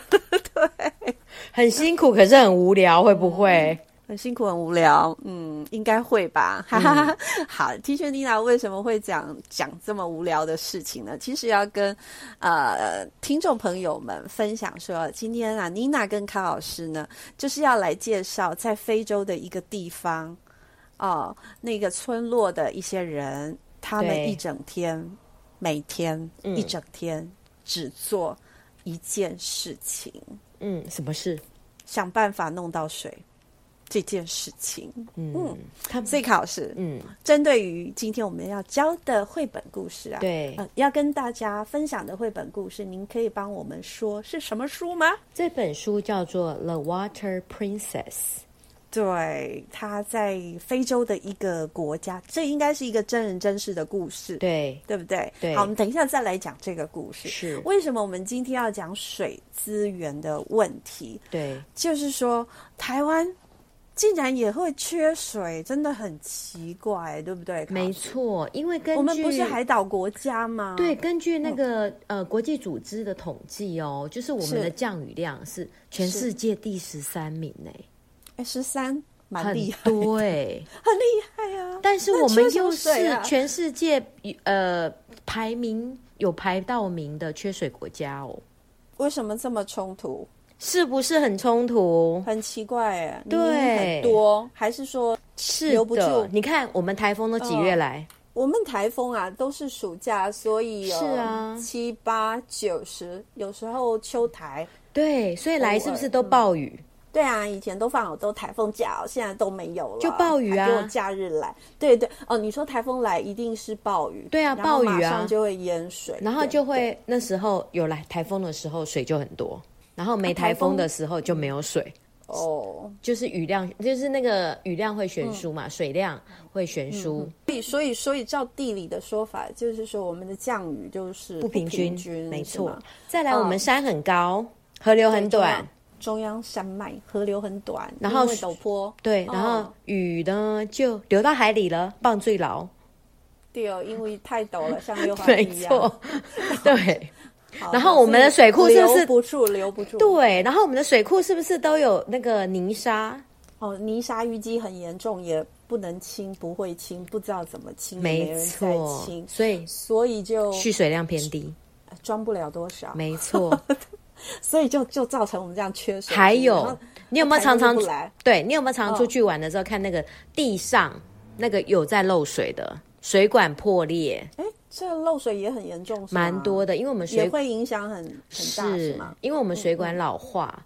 Speaker 2: 很辛苦，可是很无聊，会不会？
Speaker 1: 很辛苦，很无聊，嗯，应该会吧，哈哈哈。好，T 恤妮娜为什么会讲讲这么无聊的事情呢？其实要跟呃听众朋友们分享说，今天啊，妮娜跟卡老师呢，就是要来介绍在非洲的一个地方哦，那个村落的一些人，他
Speaker 2: 对
Speaker 1: 们一整天，每天、
Speaker 2: 嗯
Speaker 1: 一整天只做一件事情，
Speaker 2: 嗯，什么事？
Speaker 1: 想办法弄到水。这件事情，
Speaker 2: 嗯，他
Speaker 1: 所以卡老师，
Speaker 2: 嗯，
Speaker 1: 针对于今天我们要教的绘本故事啊，
Speaker 2: 对，
Speaker 1: 呃，要跟大家分享的绘本故事，您可以帮我们说是什么书吗？
Speaker 2: 这本书叫做《The Water Princess》。
Speaker 1: 对，它在非洲的一个国家，这应该是一个真人真事的故事，
Speaker 2: 对，
Speaker 1: 对不对？
Speaker 2: 对
Speaker 1: 好，我们等一下再来讲这个故事。
Speaker 2: 是
Speaker 1: 为什么我们今天要讲水资源的问题？
Speaker 2: 对，
Speaker 1: 就是说，台湾竟然也会缺水，真的很奇怪，对不对？卡
Speaker 2: 没
Speaker 1: 老师，
Speaker 2: 错，因为根据
Speaker 1: 我们不是海岛国家吗？
Speaker 2: 对，根据那个、呃国际组织的统计哦，就是我们
Speaker 1: 是
Speaker 2: 的降雨量是全
Speaker 1: 是
Speaker 2: 世界第十三名哎，
Speaker 1: 哎，十三蛮
Speaker 2: 很
Speaker 1: 厉 害，
Speaker 2: 多哎。
Speaker 1: 很厉害啊！
Speaker 2: 但是
Speaker 1: 那
Speaker 2: 我们
Speaker 1: 缺什么
Speaker 2: 又是
Speaker 1: 水啊
Speaker 2: 全世界、呃排名有排到名的缺水国家哦，
Speaker 1: 为什么这么冲突？
Speaker 2: 是不是很冲突？
Speaker 1: 很奇怪哎，明明很
Speaker 2: 对
Speaker 1: 多，还是说
Speaker 2: 是
Speaker 1: 留不
Speaker 2: 的
Speaker 1: 住，
Speaker 2: 你看我们台风都几月
Speaker 1: 嗯
Speaker 2: 来？
Speaker 1: 我们台风啊都是暑假，所以有
Speaker 2: 是啊
Speaker 1: 七八九十，有时候秋台。
Speaker 2: 对，所以来
Speaker 1: 偶
Speaker 2: 是不是
Speaker 1: 尔
Speaker 2: 都暴雨？
Speaker 1: 对啊，以前都放好多台风假哦，现在都没有了，
Speaker 2: 就暴雨啊
Speaker 1: 还给我假日来，对对哦，你说台风来一定是暴雨，
Speaker 2: 对啊
Speaker 1: 然后
Speaker 2: 暴雨啊
Speaker 1: 马上就会淹水，
Speaker 2: 然后
Speaker 1: 对
Speaker 2: 就
Speaker 1: 对
Speaker 2: 会那时候有来台风的时候水就很多，然后没
Speaker 1: 啊台
Speaker 2: 台风
Speaker 1: 风
Speaker 2: 的时候就没有水，
Speaker 1: 哦，
Speaker 2: 就是雨量，就是那个雨量会悬殊嘛，水量会悬殊，
Speaker 1: 所以，所以，所以，照地理的说法，就是说我们的降雨就是不
Speaker 2: 不平均，
Speaker 1: 均
Speaker 2: 没
Speaker 1: 是吗
Speaker 2: 错。再来，我们山很高，河流很
Speaker 1: 中
Speaker 2: 短，
Speaker 1: 央，中央山脉河流很短，
Speaker 2: 然后
Speaker 1: 因为陡坡。
Speaker 2: 对，然后
Speaker 1: 哦
Speaker 2: 雨呢就流到海里了，棒最牢，
Speaker 1: 对哦，因为太陡了，像溜滑
Speaker 2: 没
Speaker 1: 梯一样。
Speaker 2: 错，对
Speaker 1: 好
Speaker 2: 然后我们的水库是不是
Speaker 1: 留不住，留不住？，
Speaker 2: 对，然后我们的水库是不是都有那个泥沙？
Speaker 1: 哦，泥沙淤积很严重，也不能清，不会清，不知道怎么清，也没
Speaker 2: 没
Speaker 1: 人在
Speaker 2: 错
Speaker 1: 清，，
Speaker 2: 所以
Speaker 1: 所以就
Speaker 2: 蓄水量偏低，
Speaker 1: 装不了多少，
Speaker 2: 没错。
Speaker 1: 所以就就造成我们这样缺水。
Speaker 2: 还
Speaker 1: 然
Speaker 2: 有
Speaker 1: 后，
Speaker 2: 你有没有常
Speaker 1: 台
Speaker 2: 常
Speaker 1: 风就不来
Speaker 2: 对你有没有常
Speaker 1: 嗯
Speaker 2: 常出去玩的时候看那个地上那个有在漏水的水管破裂，
Speaker 1: 哎，这漏水也很严重，是吗
Speaker 2: 蛮多，的，因为我们水
Speaker 1: 也会影响很很大，是
Speaker 2: 是
Speaker 1: 吗？嗯
Speaker 2: 因为我们水管老化，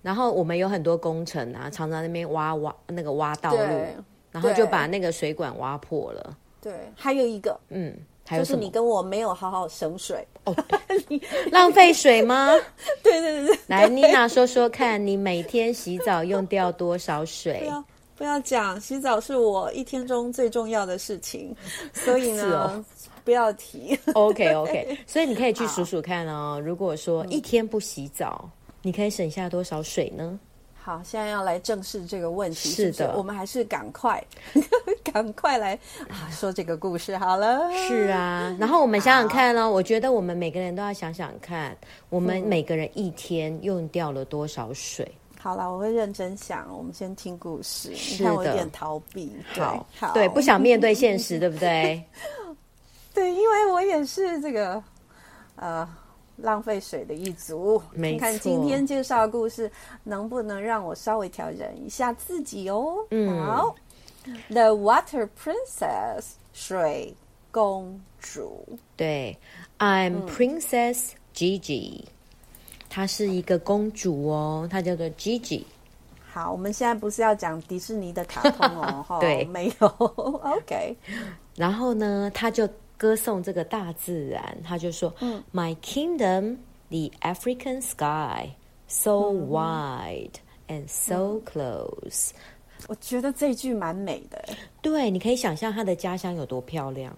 Speaker 2: 然后我们有很多工程啊，常常那边挖挖那个挖道路
Speaker 1: 对，
Speaker 2: 然后就
Speaker 1: 对
Speaker 2: 把那个水管挖破了。
Speaker 1: 对，还有一个
Speaker 2: 嗯，还有
Speaker 1: 就
Speaker 2: 什
Speaker 1: 是
Speaker 2: 么？哦
Speaker 1: 你跟我没有好好省水，
Speaker 2: 浪费水 吗？
Speaker 1: 对对对对，
Speaker 2: 来，妮娜说说看，你每天洗澡用掉多少水
Speaker 1: 不？要不要讲，洗澡是我一天中最重要的事情，所以
Speaker 2: 是
Speaker 1: 呢，
Speaker 2: 哦
Speaker 1: 不要提。
Speaker 2: OK OK，所以你可以去数数看哦。如果说
Speaker 1: 嗯
Speaker 2: 一天不洗澡，你可以省下多少水
Speaker 1: 嗯
Speaker 2: 呢？
Speaker 1: 好，现在要来正视这个问题，
Speaker 2: 是
Speaker 1: 是不是
Speaker 2: 的
Speaker 1: 我们还是赶快 赶快来啊说这个故事好了。
Speaker 2: 是啊，然后我们想想看哦，我觉得我们每个人都要想想看，我
Speaker 1: 嗯
Speaker 2: 们每个人一天用掉了多少水。
Speaker 1: 好啦，我会认真想。我们先听故事，你
Speaker 2: 是
Speaker 1: 看我
Speaker 2: 的
Speaker 1: 有点逃避，对
Speaker 2: 好，
Speaker 1: 好，
Speaker 2: 对，不想面对 现实，对不对？
Speaker 1: 对，因为我也是这个呃浪费水的一族。
Speaker 2: 没
Speaker 1: 你看
Speaker 2: 错
Speaker 1: 今天介绍的故事能不能让我稍微调整一下自己哦？
Speaker 2: 嗯
Speaker 1: 好，The Water Princess 水公主。
Speaker 2: 对，I'm
Speaker 1: 嗯
Speaker 2: Princess Gigi，她是一个公主哦，她叫做 Gigi。
Speaker 1: 好，我们现在不是要讲迪士尼的卡通 哦，哈，
Speaker 2: 对
Speaker 1: 没有，OK，
Speaker 2: 然后呢，他就歌颂这个大自然，他就说、m
Speaker 1: 嗯
Speaker 2: y kingdom, the African sky, so
Speaker 1: 嗯
Speaker 2: wide and so close。”
Speaker 1: 我觉得这句蛮美的，欸
Speaker 2: 对，你可以想象他的家乡有多漂亮。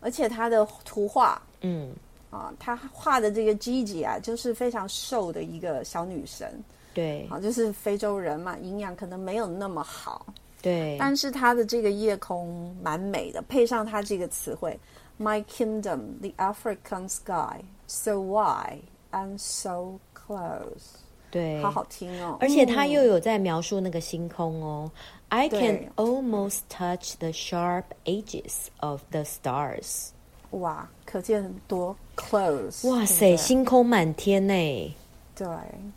Speaker 1: 而且它的图画
Speaker 2: 嗯，
Speaker 1: 啊，他画的这个 Gigi 啊，就是非常瘦的一个小女生，
Speaker 2: 对
Speaker 1: 啊，就是非洲人嘛，营养可能没有那么好，
Speaker 2: 对，
Speaker 1: 但是它的这个夜空蛮美的，配上它这个词汇，My kingdom, the African sky, so wide and so close，
Speaker 2: 对，
Speaker 1: 好好听哦，
Speaker 2: 而且他又有在描述那个星空哦。I
Speaker 1: 对
Speaker 2: can almost touch the sharp edges of the stars。
Speaker 1: 嗯哇，可见很多 close，
Speaker 2: 哇
Speaker 1: 对
Speaker 2: 塞，
Speaker 1: 不对
Speaker 2: 星空满天呢，
Speaker 1: 对，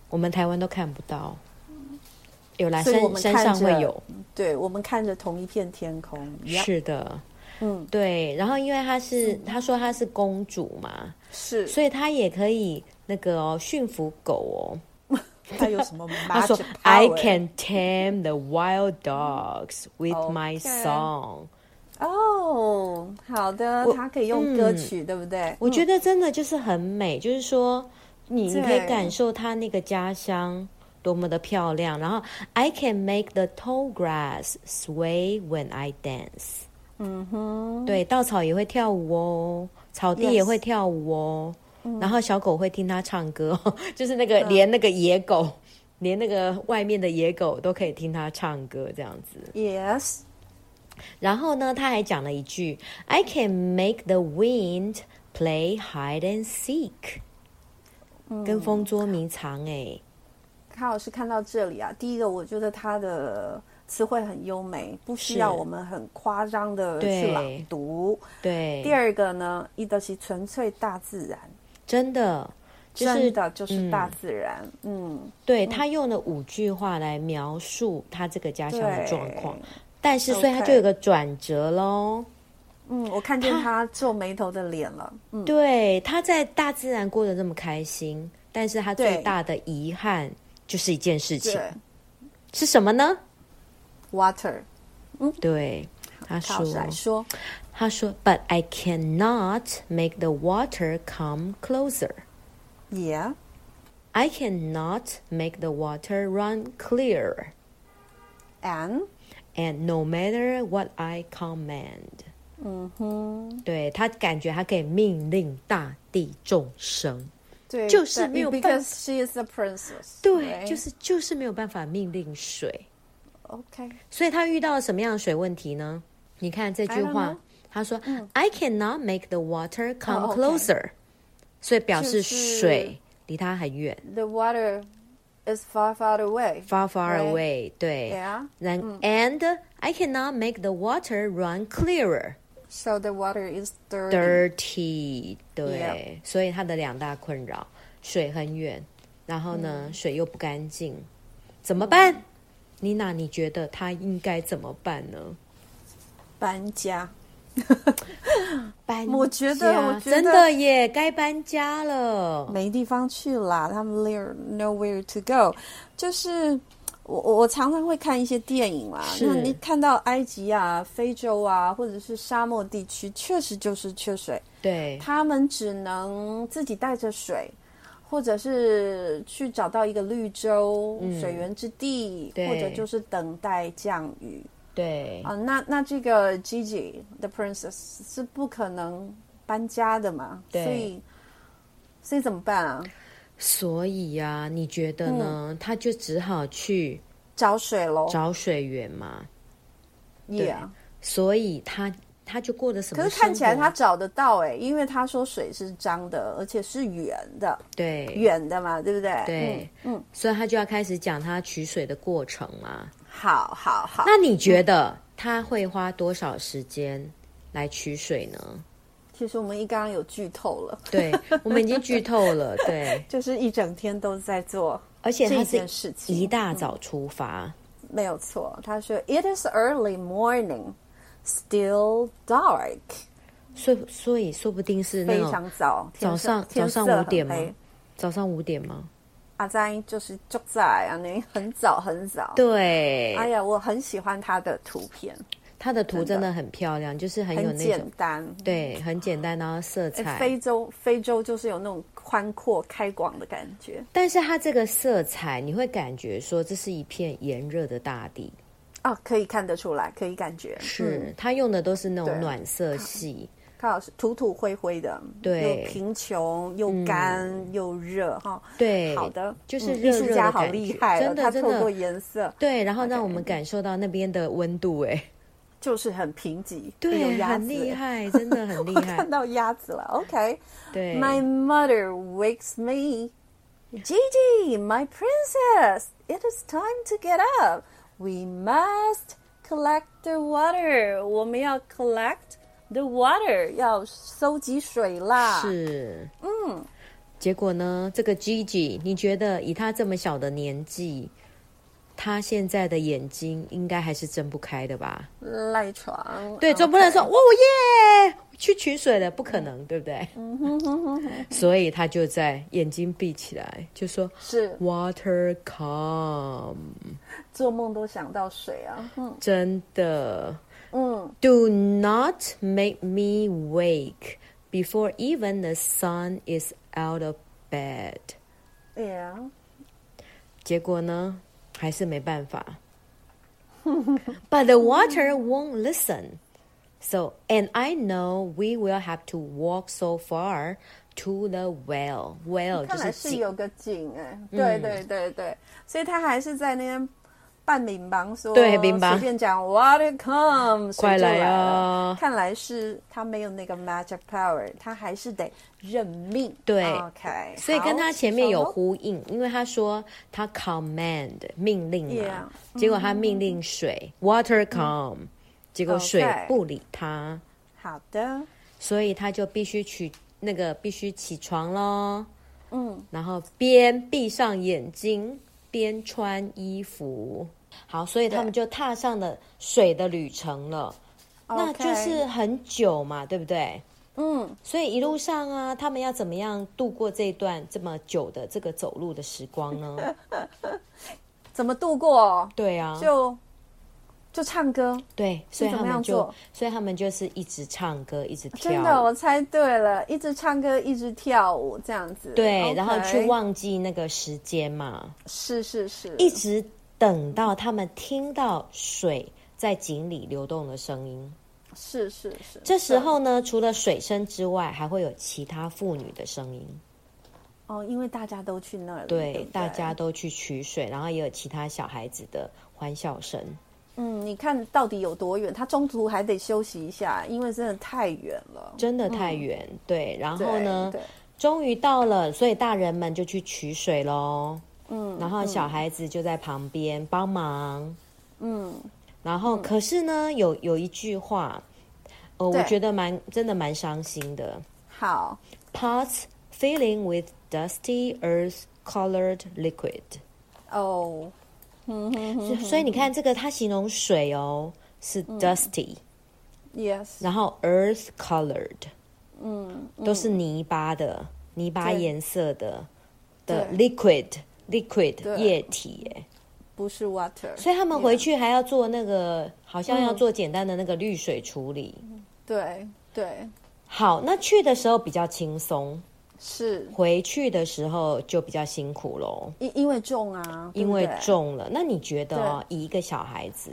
Speaker 2: 我们台湾都看不到。有啦，
Speaker 1: 所以我
Speaker 2: 山
Speaker 1: 们
Speaker 2: 山
Speaker 1: 看
Speaker 2: 上
Speaker 1: 着
Speaker 2: 会有。
Speaker 1: 对我们看着同一片天空，呀
Speaker 2: 是的，
Speaker 1: 嗯，
Speaker 2: 对。然后因为她是，她说她是公主嘛，
Speaker 1: 是，
Speaker 2: 所以她也可以那个哦，驯服狗哦。
Speaker 1: 它有 什么 magic
Speaker 2: 她说
Speaker 1: power
Speaker 2: ：“I can tame the wild dogs with my
Speaker 1: OK
Speaker 2: song。
Speaker 1: 哦，好的，它可以用歌曲，对不对？
Speaker 2: 嗯我觉得真的就是很美，就是说你你可以
Speaker 1: 嗯对
Speaker 2: 感受她那个家乡。多么的漂亮！然后，I can make the tall grass sway when I dance。
Speaker 1: 嗯哼，
Speaker 2: 对，稻草也会跳舞哦，草地也
Speaker 1: Yes 嗯
Speaker 2: 会跳舞哦。然后小狗会听它唱歌、哦， 就是那个连那个野狗，连那个外面的野狗都可以听它唱歌这样子。
Speaker 1: ，Yes，
Speaker 2: 然后呢，他还讲了一句：“I can make the wind play hide and seek。”跟风捉迷藏哎、
Speaker 1: 卡老师看到这里啊，第一个我觉得它的词汇很优美，不需要
Speaker 2: 是
Speaker 1: 我们很夸张的
Speaker 2: 对
Speaker 1: 去朗读。
Speaker 2: 对，
Speaker 1: 第二个呢，伊德西纯粹大自然，
Speaker 2: 真的就是
Speaker 1: 真的就是大自然，嗯，
Speaker 2: 对他用了五句话来描述他这个家乡的
Speaker 1: 对
Speaker 2: 状况，但是所以他
Speaker 1: OK
Speaker 2: 就有个转折喽。
Speaker 1: 嗯，我看见他皱眉头的脸了，嗯，
Speaker 2: 对，他在大自然过得这么开心，但是他最
Speaker 1: 对
Speaker 2: 大的遗憾就是一件事情
Speaker 1: 对
Speaker 2: 是什么呢？
Speaker 1: ，Water，
Speaker 2: 对，他
Speaker 1: 卡老师来
Speaker 2: 说，
Speaker 1: 说，
Speaker 2: 他说，But I cannot make the water come closer.
Speaker 1: Yeah，
Speaker 2: I cannot make the water run clear.
Speaker 1: and
Speaker 2: And no matter what I command，
Speaker 1: 嗯哼，
Speaker 2: 对他感觉他可以命令大地众生，
Speaker 1: 对，
Speaker 2: 就是
Speaker 1: 但
Speaker 2: 没有办法
Speaker 1: because she is a princess，
Speaker 2: 对，就是是就是没有办法命令水。
Speaker 1: OK，
Speaker 2: 所以他遇到了什么样的水问题呢？你看这句
Speaker 1: I don't
Speaker 2: 话
Speaker 1: know，
Speaker 2: 他说、
Speaker 1: 嗯
Speaker 2: I cannot make the water come
Speaker 1: 哦，OK
Speaker 2: closer，、所以表示
Speaker 1: 就是
Speaker 2: 水离他很远。
Speaker 1: The water is far, far away.
Speaker 2: far far
Speaker 1: Right.
Speaker 2: away，对
Speaker 1: Yeah.
Speaker 2: 然 and I cannot make the water run clearer。
Speaker 1: So the water is dirty.
Speaker 2: dirty，对，所以它的两大困扰，水很远，然后呢，水又不干净，怎么办？妮娜，你觉得他应该怎么办呢？
Speaker 1: 搬家。
Speaker 2: 搬
Speaker 1: 我觉得
Speaker 2: 家
Speaker 1: 我觉得
Speaker 2: 真的耶，该搬家了。
Speaker 1: 没地方去啦，他们 there nowhere to go，就是。我我我常常会看一些电影啦，
Speaker 2: 是
Speaker 1: 那你看到埃及啊、非洲啊，或者是沙漠地区，确实就是缺水，
Speaker 2: 对，
Speaker 1: 他们只能自己带着水，或者是去找到一个绿洲、水源之地，
Speaker 2: 嗯对
Speaker 1: 或者就是等待降雨
Speaker 2: 对，
Speaker 1: 啊。那那这个 Gigi the princess 是不可能搬家的嘛，
Speaker 2: 对
Speaker 1: 所以所以怎么办啊？
Speaker 2: 所以呀、你觉得呢？他就只好去
Speaker 1: 找水喽，
Speaker 2: 找水源嘛。
Speaker 1: y
Speaker 2: 所以他他就过的什么
Speaker 1: 可
Speaker 2: 生活？
Speaker 1: 是看起来他找得到哎、因为他说水是脏的，而且是远的，
Speaker 2: 对
Speaker 1: 远的嘛，对不对？
Speaker 2: 对，
Speaker 1: 嗯，
Speaker 2: 所以他就要开始讲他取水的过程嘛。
Speaker 1: 嗯好好好，
Speaker 2: 那你觉得他会花多少时间来取水呢？
Speaker 1: 其实我们一刚刚有剧透了，
Speaker 2: 对，我们已经剧透 了，对，
Speaker 1: 就是一整天都在做
Speaker 2: 而且他
Speaker 1: 这
Speaker 2: 是
Speaker 1: 件事情，
Speaker 2: 一大早出发，
Speaker 1: 没有错。他说：“It is early morning, still dark。
Speaker 2: 所以所以说不定”是
Speaker 1: 嗯
Speaker 2: 那
Speaker 1: 非
Speaker 2: 种
Speaker 1: 常早，天
Speaker 2: 早
Speaker 1: 色
Speaker 2: 上
Speaker 1: 天
Speaker 2: 早
Speaker 1: 色
Speaker 2: 上
Speaker 1: 很
Speaker 2: 五点吗
Speaker 1: 黑？哦
Speaker 2: 早上五点吗？
Speaker 1: 阿在就是就在啊，那很早很早。
Speaker 2: 对，
Speaker 1: 哎呀，我很喜欢他的图片，
Speaker 2: 他的图
Speaker 1: 真
Speaker 2: 真
Speaker 1: 的
Speaker 2: 的很漂亮，就是很有
Speaker 1: 很
Speaker 2: 那
Speaker 1: 简
Speaker 2: 种
Speaker 1: 单。哎
Speaker 2: 对，很简单，然后色彩，
Speaker 1: 非洲，非洲就是有那种宽阔开广的感觉。
Speaker 2: 但是它这个色彩，你会感觉说这是一片炎热的大地，
Speaker 1: 啊，可以看得出来，可以感觉嗯
Speaker 2: 是、它用的都是那
Speaker 1: 对
Speaker 2: 种暖色系，
Speaker 1: 康老师土土灰灰的，
Speaker 2: 对嗯
Speaker 1: 又贫穷又干、又热哈。
Speaker 2: 对，
Speaker 1: 好的，
Speaker 2: 就是
Speaker 1: 嗯
Speaker 2: 热
Speaker 1: 艺术
Speaker 2: 热
Speaker 1: 家
Speaker 2: 的
Speaker 1: 好
Speaker 2: 感
Speaker 1: 厉
Speaker 2: 觉
Speaker 1: 害哦，
Speaker 2: 真的
Speaker 1: 他
Speaker 2: 真
Speaker 1: 透
Speaker 2: 的
Speaker 1: 过颜色
Speaker 2: 对，然后让我们感受到那边的温度、哎，
Speaker 1: 就是很贫瘠，有
Speaker 2: 对，
Speaker 1: 鸭
Speaker 2: 很厉
Speaker 1: 子。
Speaker 2: 害， 真 的很厉害
Speaker 1: 看，到鸭子了，OK。
Speaker 2: 对
Speaker 1: My mother wakes me. Gigi, my princess, it is time to get up. We must collect the water. 我们要 collect the water，要收集水啦。
Speaker 2: 是，嗯。结果呢，这个 Gigi，你觉得以他这么小的年纪，他现在的眼睛应该还是睁不开的吧？
Speaker 1: 赖床。
Speaker 2: 对，总不能说哦耶去取水了，不可能，对不对？所以他就在眼睛闭起来，就说
Speaker 1: 是
Speaker 2: “Water come”，
Speaker 1: 做梦都想到水啊。嗯
Speaker 2: 真的。
Speaker 1: 嗯
Speaker 2: Do not make me wake before even the sun is out of bed。
Speaker 1: ，Yeah，
Speaker 2: 结果呢，还是没办法。But the water won't listen. So, and I know we will have to walk so far to the well. Well 就
Speaker 1: 看来
Speaker 2: 是
Speaker 1: 是
Speaker 2: 嗯井，
Speaker 1: 有个井哎、对对对对，所以他还是在那边。半冥帮说，
Speaker 2: 对冥梆
Speaker 1: 随便讲，Water comes，
Speaker 2: 快来
Speaker 1: 水
Speaker 2: 啊
Speaker 1: 就来了看来是他没有那个 magic power，他还是得认命。
Speaker 2: 对
Speaker 1: ，OK，
Speaker 2: 所以跟他
Speaker 1: 好
Speaker 2: 前面有
Speaker 1: 小猫
Speaker 2: 呼应，因为他说他 command 命令嘛
Speaker 1: 嗯
Speaker 2: 结果他命令水、water come，、结果水
Speaker 1: OK
Speaker 2: 不理他，
Speaker 1: 好的，
Speaker 2: 所以他就必须起那个必须起床喽。嗯，然后边闭上眼睛边穿衣服。好，所以他们就踏上了水的旅程了。那
Speaker 1: OK
Speaker 2: 就是很久嘛，对不对？
Speaker 1: 嗯，
Speaker 2: 所以一路上啊，他们要怎么样度过这段这么久的这个走路的时 光呢？
Speaker 1: 怎么度过？
Speaker 2: 对啊，
Speaker 1: 就就唱歌，
Speaker 2: 对，所以
Speaker 1: 怎么
Speaker 2: 他们
Speaker 1: 样
Speaker 2: 就
Speaker 1: 做，
Speaker 2: 所以他们就是一直唱歌，一直跳舞，
Speaker 1: 真的，我猜对了，一直唱歌，一直跳舞，这样子。
Speaker 2: 对
Speaker 1: OK
Speaker 2: 然后去，忘记那个时间嘛。
Speaker 1: 是是是，
Speaker 2: 一直等到他们听到水在井里流动的声音。
Speaker 1: 是是是。
Speaker 2: 这时候呢，除了水声之外，还会有其他妇女的声音。
Speaker 1: 哦，因为大家都去那里，
Speaker 2: 对，
Speaker 1: 对不对，
Speaker 2: 大家都去取水，然后也有其他小孩子的欢笑声。
Speaker 1: 嗯，你看到底有多远？他中途还得休息一下，因为真的太远了。
Speaker 2: 真的太远，对。然后呢
Speaker 1: 嗯对，对
Speaker 2: 终于到了，所以大人们就去取水喽。嗯，然后小孩子就在旁边帮忙，
Speaker 1: 嗯，
Speaker 2: 然后可是呢，有有一句话，呃，我
Speaker 1: 对
Speaker 2: 觉得蛮真的蛮伤心的
Speaker 1: 好，
Speaker 2: ，pots filling with dusty earth-colored liquid。
Speaker 1: 哦，嗯哼哼嗯
Speaker 2: 所以你看，这个它形容水哦是 dusty，、
Speaker 1: ，yes，
Speaker 2: 然后 earth colored
Speaker 1: 嗯，
Speaker 2: 都是泥巴的、泥巴
Speaker 1: 对
Speaker 2: 颜色的的
Speaker 1: 对
Speaker 2: liquid liquid
Speaker 1: 对
Speaker 2: 液体耶，
Speaker 1: 不是 water，
Speaker 2: 所以他们回去还要做那个，好像要做简单的那个滤水处理。
Speaker 1: 对对
Speaker 2: 好，那去的时候比较轻松，
Speaker 1: 是，
Speaker 2: 回去的时候就比较辛苦喽，
Speaker 1: 因因为重啊，对
Speaker 2: 因
Speaker 1: 不
Speaker 2: 为
Speaker 1: 对，
Speaker 2: 重了。那你觉得哦，以一个小孩子，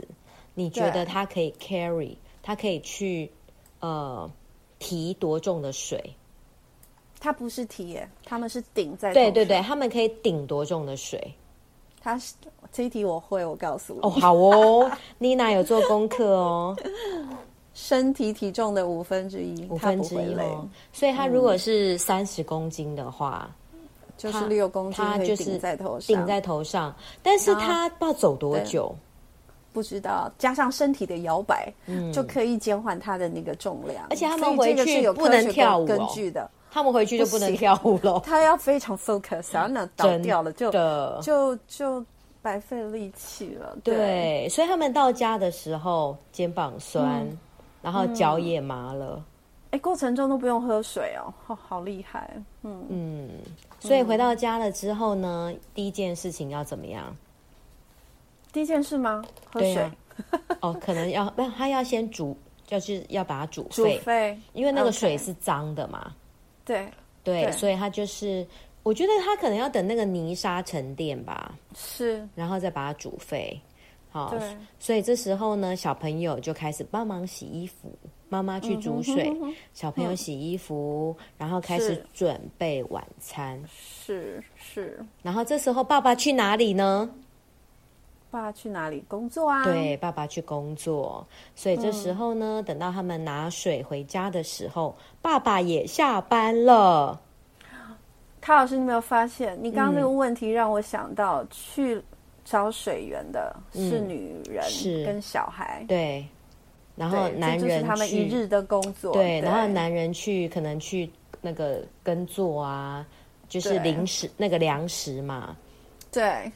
Speaker 2: 你觉得
Speaker 1: 对
Speaker 2: 他可以 carry，他可以去呃提多重的水？
Speaker 1: 它不是提耶，他们是顶在，
Speaker 2: 对对对，，他们可以顶多重的水？
Speaker 1: 它是这一题我会，我告诉你，
Speaker 2: 哦，好哦， 妮娜有做功 课哦，
Speaker 1: 身体体重的五分之一，
Speaker 2: 五
Speaker 1: 它
Speaker 2: 分
Speaker 1: 不
Speaker 2: 之
Speaker 1: 会
Speaker 2: 一
Speaker 1: 累嗯
Speaker 2: 哦。所以他如果是三十公斤的话，
Speaker 1: 就是六公斤
Speaker 2: 他
Speaker 1: 可
Speaker 2: 就
Speaker 1: 以
Speaker 2: 是
Speaker 1: 顶在头上，
Speaker 2: 顶在头上，但是他不知道走多久，
Speaker 1: 不知道，加上身体的摇摆，就可以减缓他的那个重量。而
Speaker 2: 嗯且他们回去
Speaker 1: 有
Speaker 2: 不能
Speaker 1: 科学
Speaker 2: 跳舞哦
Speaker 1: 根据的，
Speaker 2: 他们回去就不能跳舞 了。
Speaker 1: 他要非常 focus，然后呢倒
Speaker 2: 真
Speaker 1: 掉了就
Speaker 2: 的
Speaker 1: 就就白费力气了。对，
Speaker 2: 对，所以他们到家的时候肩膀酸，
Speaker 1: 嗯
Speaker 2: 然后脚也麻了，
Speaker 1: 哎，过程中都不用喝水哦，哦好厉害。嗯，
Speaker 2: 嗯，所以回到家了之后呢，第一件事情要怎么样？
Speaker 1: 第一件事吗？喝
Speaker 2: 对
Speaker 1: 水
Speaker 2: 呀，、哦，可能要 不，他要先煮，就是要把它煮
Speaker 1: 煮
Speaker 2: 沸，
Speaker 1: 沸，
Speaker 2: 因为那个
Speaker 1: OK
Speaker 2: 水是脏的嘛，
Speaker 1: 对，
Speaker 2: 对，
Speaker 1: 对
Speaker 2: 所以他就是，我觉得他可能要等那个泥沙沉淀吧，
Speaker 1: 是，
Speaker 2: 然后再把它煮沸。好
Speaker 1: 对，
Speaker 2: 所以这时候呢，小朋友就开始帮忙洗衣服，妈妈去煮水，
Speaker 1: 嗯哼哼
Speaker 2: 小朋友洗衣服，然后开始
Speaker 1: 是
Speaker 2: 准备晚餐。
Speaker 1: 是是。
Speaker 2: 然后这时候爸爸去哪里呢？
Speaker 1: 爸去哪里工作啊？，
Speaker 2: 对，爸爸去工作。所以这时
Speaker 1: 嗯
Speaker 2: 候呢，等到他们拿水回家的时候，爸爸也下班了。
Speaker 1: 卡老师，你没有发现，你刚刚那
Speaker 2: 嗯
Speaker 1: 个问题让我想到，去找水源的是女人
Speaker 2: 嗯是
Speaker 1: 跟小孩，
Speaker 2: 对，然后
Speaker 1: 对，
Speaker 2: 男
Speaker 1: 这就是
Speaker 2: 人
Speaker 1: 他们一
Speaker 2: 去
Speaker 1: 日的工作，
Speaker 2: 对，然后男人去可能去那个耕作啊，就是
Speaker 1: 对
Speaker 2: 零食那个粮食嘛，
Speaker 1: 对，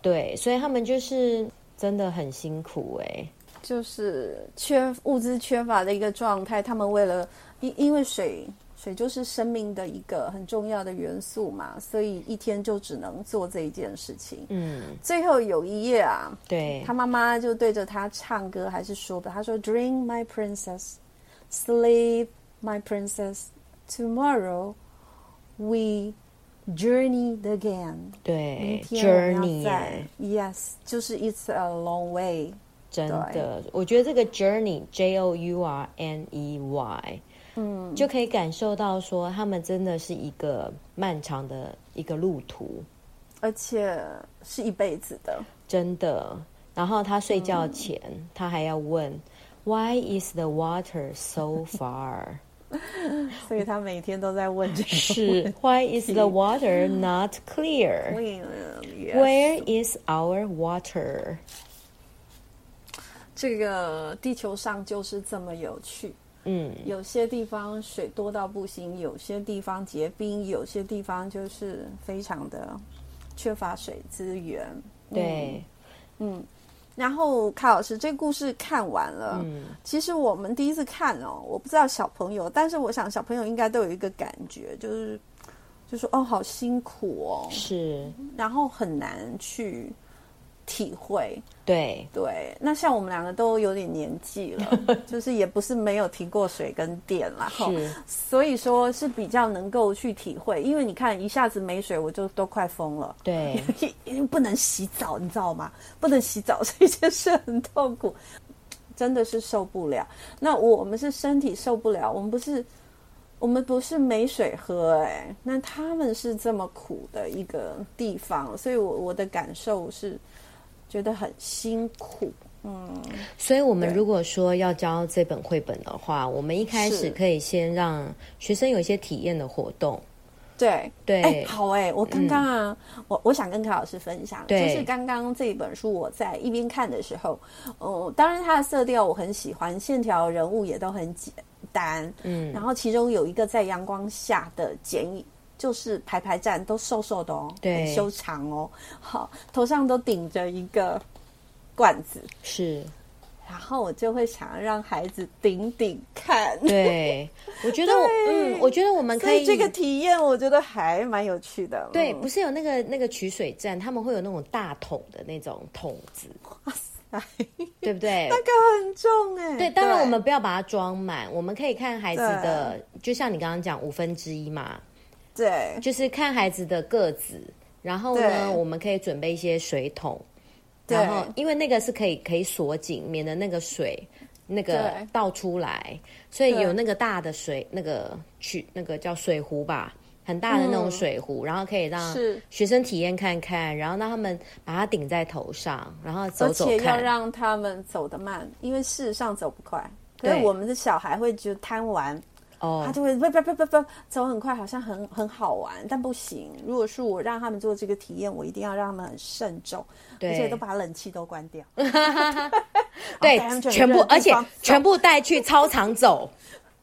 Speaker 2: 对，所以他们就是真的很辛苦哎、
Speaker 1: 就是缺物资缺乏的一个状态，他们为了因因为水。水就是生命的一个很重要的元素嘛，所以一天就只能做这一件事情。
Speaker 2: 嗯，
Speaker 1: 最后有一页啊，
Speaker 2: 对
Speaker 1: 他，妈妈就对着他唱歌，还是说吧，他说：“Dream my princess, sleep my princess. Tomorrow we journeyed again.”
Speaker 2: 对
Speaker 1: 明天我们
Speaker 2: ，journey，
Speaker 1: 要
Speaker 2: 哎
Speaker 1: 在 Yes，就是 It's a long way。
Speaker 2: 真的，我觉得这个 journey，J O U R N E Y，
Speaker 1: 嗯，
Speaker 2: 就可以感受到说他们真的是一个漫长的一个路途，
Speaker 1: 而且是一辈子的。
Speaker 2: 真的。然后他睡觉前，他还要问，Why is the water so far？
Speaker 1: 所以他每天都在问这个
Speaker 2: 是 Why is the water not clear?
Speaker 1: 问题。
Speaker 2: Where is our water?
Speaker 1: 这个地球上就是这么有趣。
Speaker 2: 嗯，
Speaker 1: 有些地方水多到不行，有些地方结冰，有些地方就是非常的缺乏水资源。嗯
Speaker 2: 对，
Speaker 1: 然后卡老师这故事看完了，
Speaker 2: 嗯
Speaker 1: 其实我们第一次看哦，我不知道小朋友，但是我想小朋友应该都有一个感觉，就是就说哦，好辛苦哦，
Speaker 2: 是，
Speaker 1: 然后很难去体会。
Speaker 2: 对，
Speaker 1: 对，那像我们两个都有点年纪了，就是也不是没有停过水跟电啦，吼
Speaker 2: 是，
Speaker 1: 所以说是比较能够去体会，因为你看一下子没水，我就都快疯了。
Speaker 2: 对，
Speaker 1: 因为不能洗澡，你知道吗？不能洗澡这件事很痛苦，真的是受不了。那我们是身体受不了，我们不是，我们不是没水喝、哎，那他们是这么苦的一个地方，所以我我的感受是觉得很辛苦。
Speaker 2: 所以，我们
Speaker 1: 对
Speaker 2: 如果说要教这本绘本的话，我们一开始
Speaker 1: 是
Speaker 2: 可以先让学生有一些体验的活动，
Speaker 1: 对
Speaker 2: 对嗯
Speaker 1: 哎、好哎、我刚刚啊，我我想跟柯老师分享，就
Speaker 2: 对
Speaker 1: 是刚刚这本书我在一边看的时候，哦、当然它的色调我很喜欢，线条人物也都很简单，
Speaker 2: 嗯
Speaker 1: 然后其中有一个在阳光下的剪影。就是排排站都瘦瘦的哦，
Speaker 2: 对
Speaker 1: 很修长哦，好，头上都顶着一个罐子，
Speaker 2: 是，
Speaker 1: 然后我就会想要让孩子顶顶看，
Speaker 2: 对，我觉得我嗯，我觉得我们
Speaker 1: 所
Speaker 2: 可以
Speaker 1: 以这个体验我觉得还蛮有趣的。
Speaker 2: 对，
Speaker 1: 嗯
Speaker 2: 不是有那个那个取水站，他们会有那种大桶的那种桶 子，对不对？
Speaker 1: 那个很重哎、
Speaker 2: 对，当然我们不要把它装满，我们可以看孩子
Speaker 1: 对
Speaker 2: 的，就像你刚刚讲五分之一嘛，
Speaker 1: 对
Speaker 2: 就是看孩子的个子，然后呢，
Speaker 1: 对
Speaker 2: 我们可以准备一些水桶，
Speaker 1: 对
Speaker 2: 然后因为那个是可以可以锁紧，免得那个水那个
Speaker 1: 对
Speaker 2: 倒出来，所以
Speaker 1: 对
Speaker 2: 有那个大的水那个去那个叫水壶吧。很大的那种
Speaker 1: 嗯
Speaker 2: 水壶，然后可以让
Speaker 1: 是
Speaker 2: 学生体验看看，然后让他们把它顶在头上，然后走
Speaker 1: 而
Speaker 2: 走
Speaker 1: 且要
Speaker 2: 看。
Speaker 1: 让哦他们走得慢，因为事实上走不快。可是
Speaker 2: 对
Speaker 1: 我们的小孩会觉得贪玩，
Speaker 2: 哦
Speaker 1: 他，就会不不不不不走很快，好像很很好玩，但不行。如果是我让他们做这个体验，我一定要让他们很慎重，而且都把冷气都关掉，
Speaker 2: 对
Speaker 1: 然后带他们，去很
Speaker 2: 全部
Speaker 1: 热的地
Speaker 2: 而且
Speaker 1: 方走
Speaker 2: 全部带去操场走。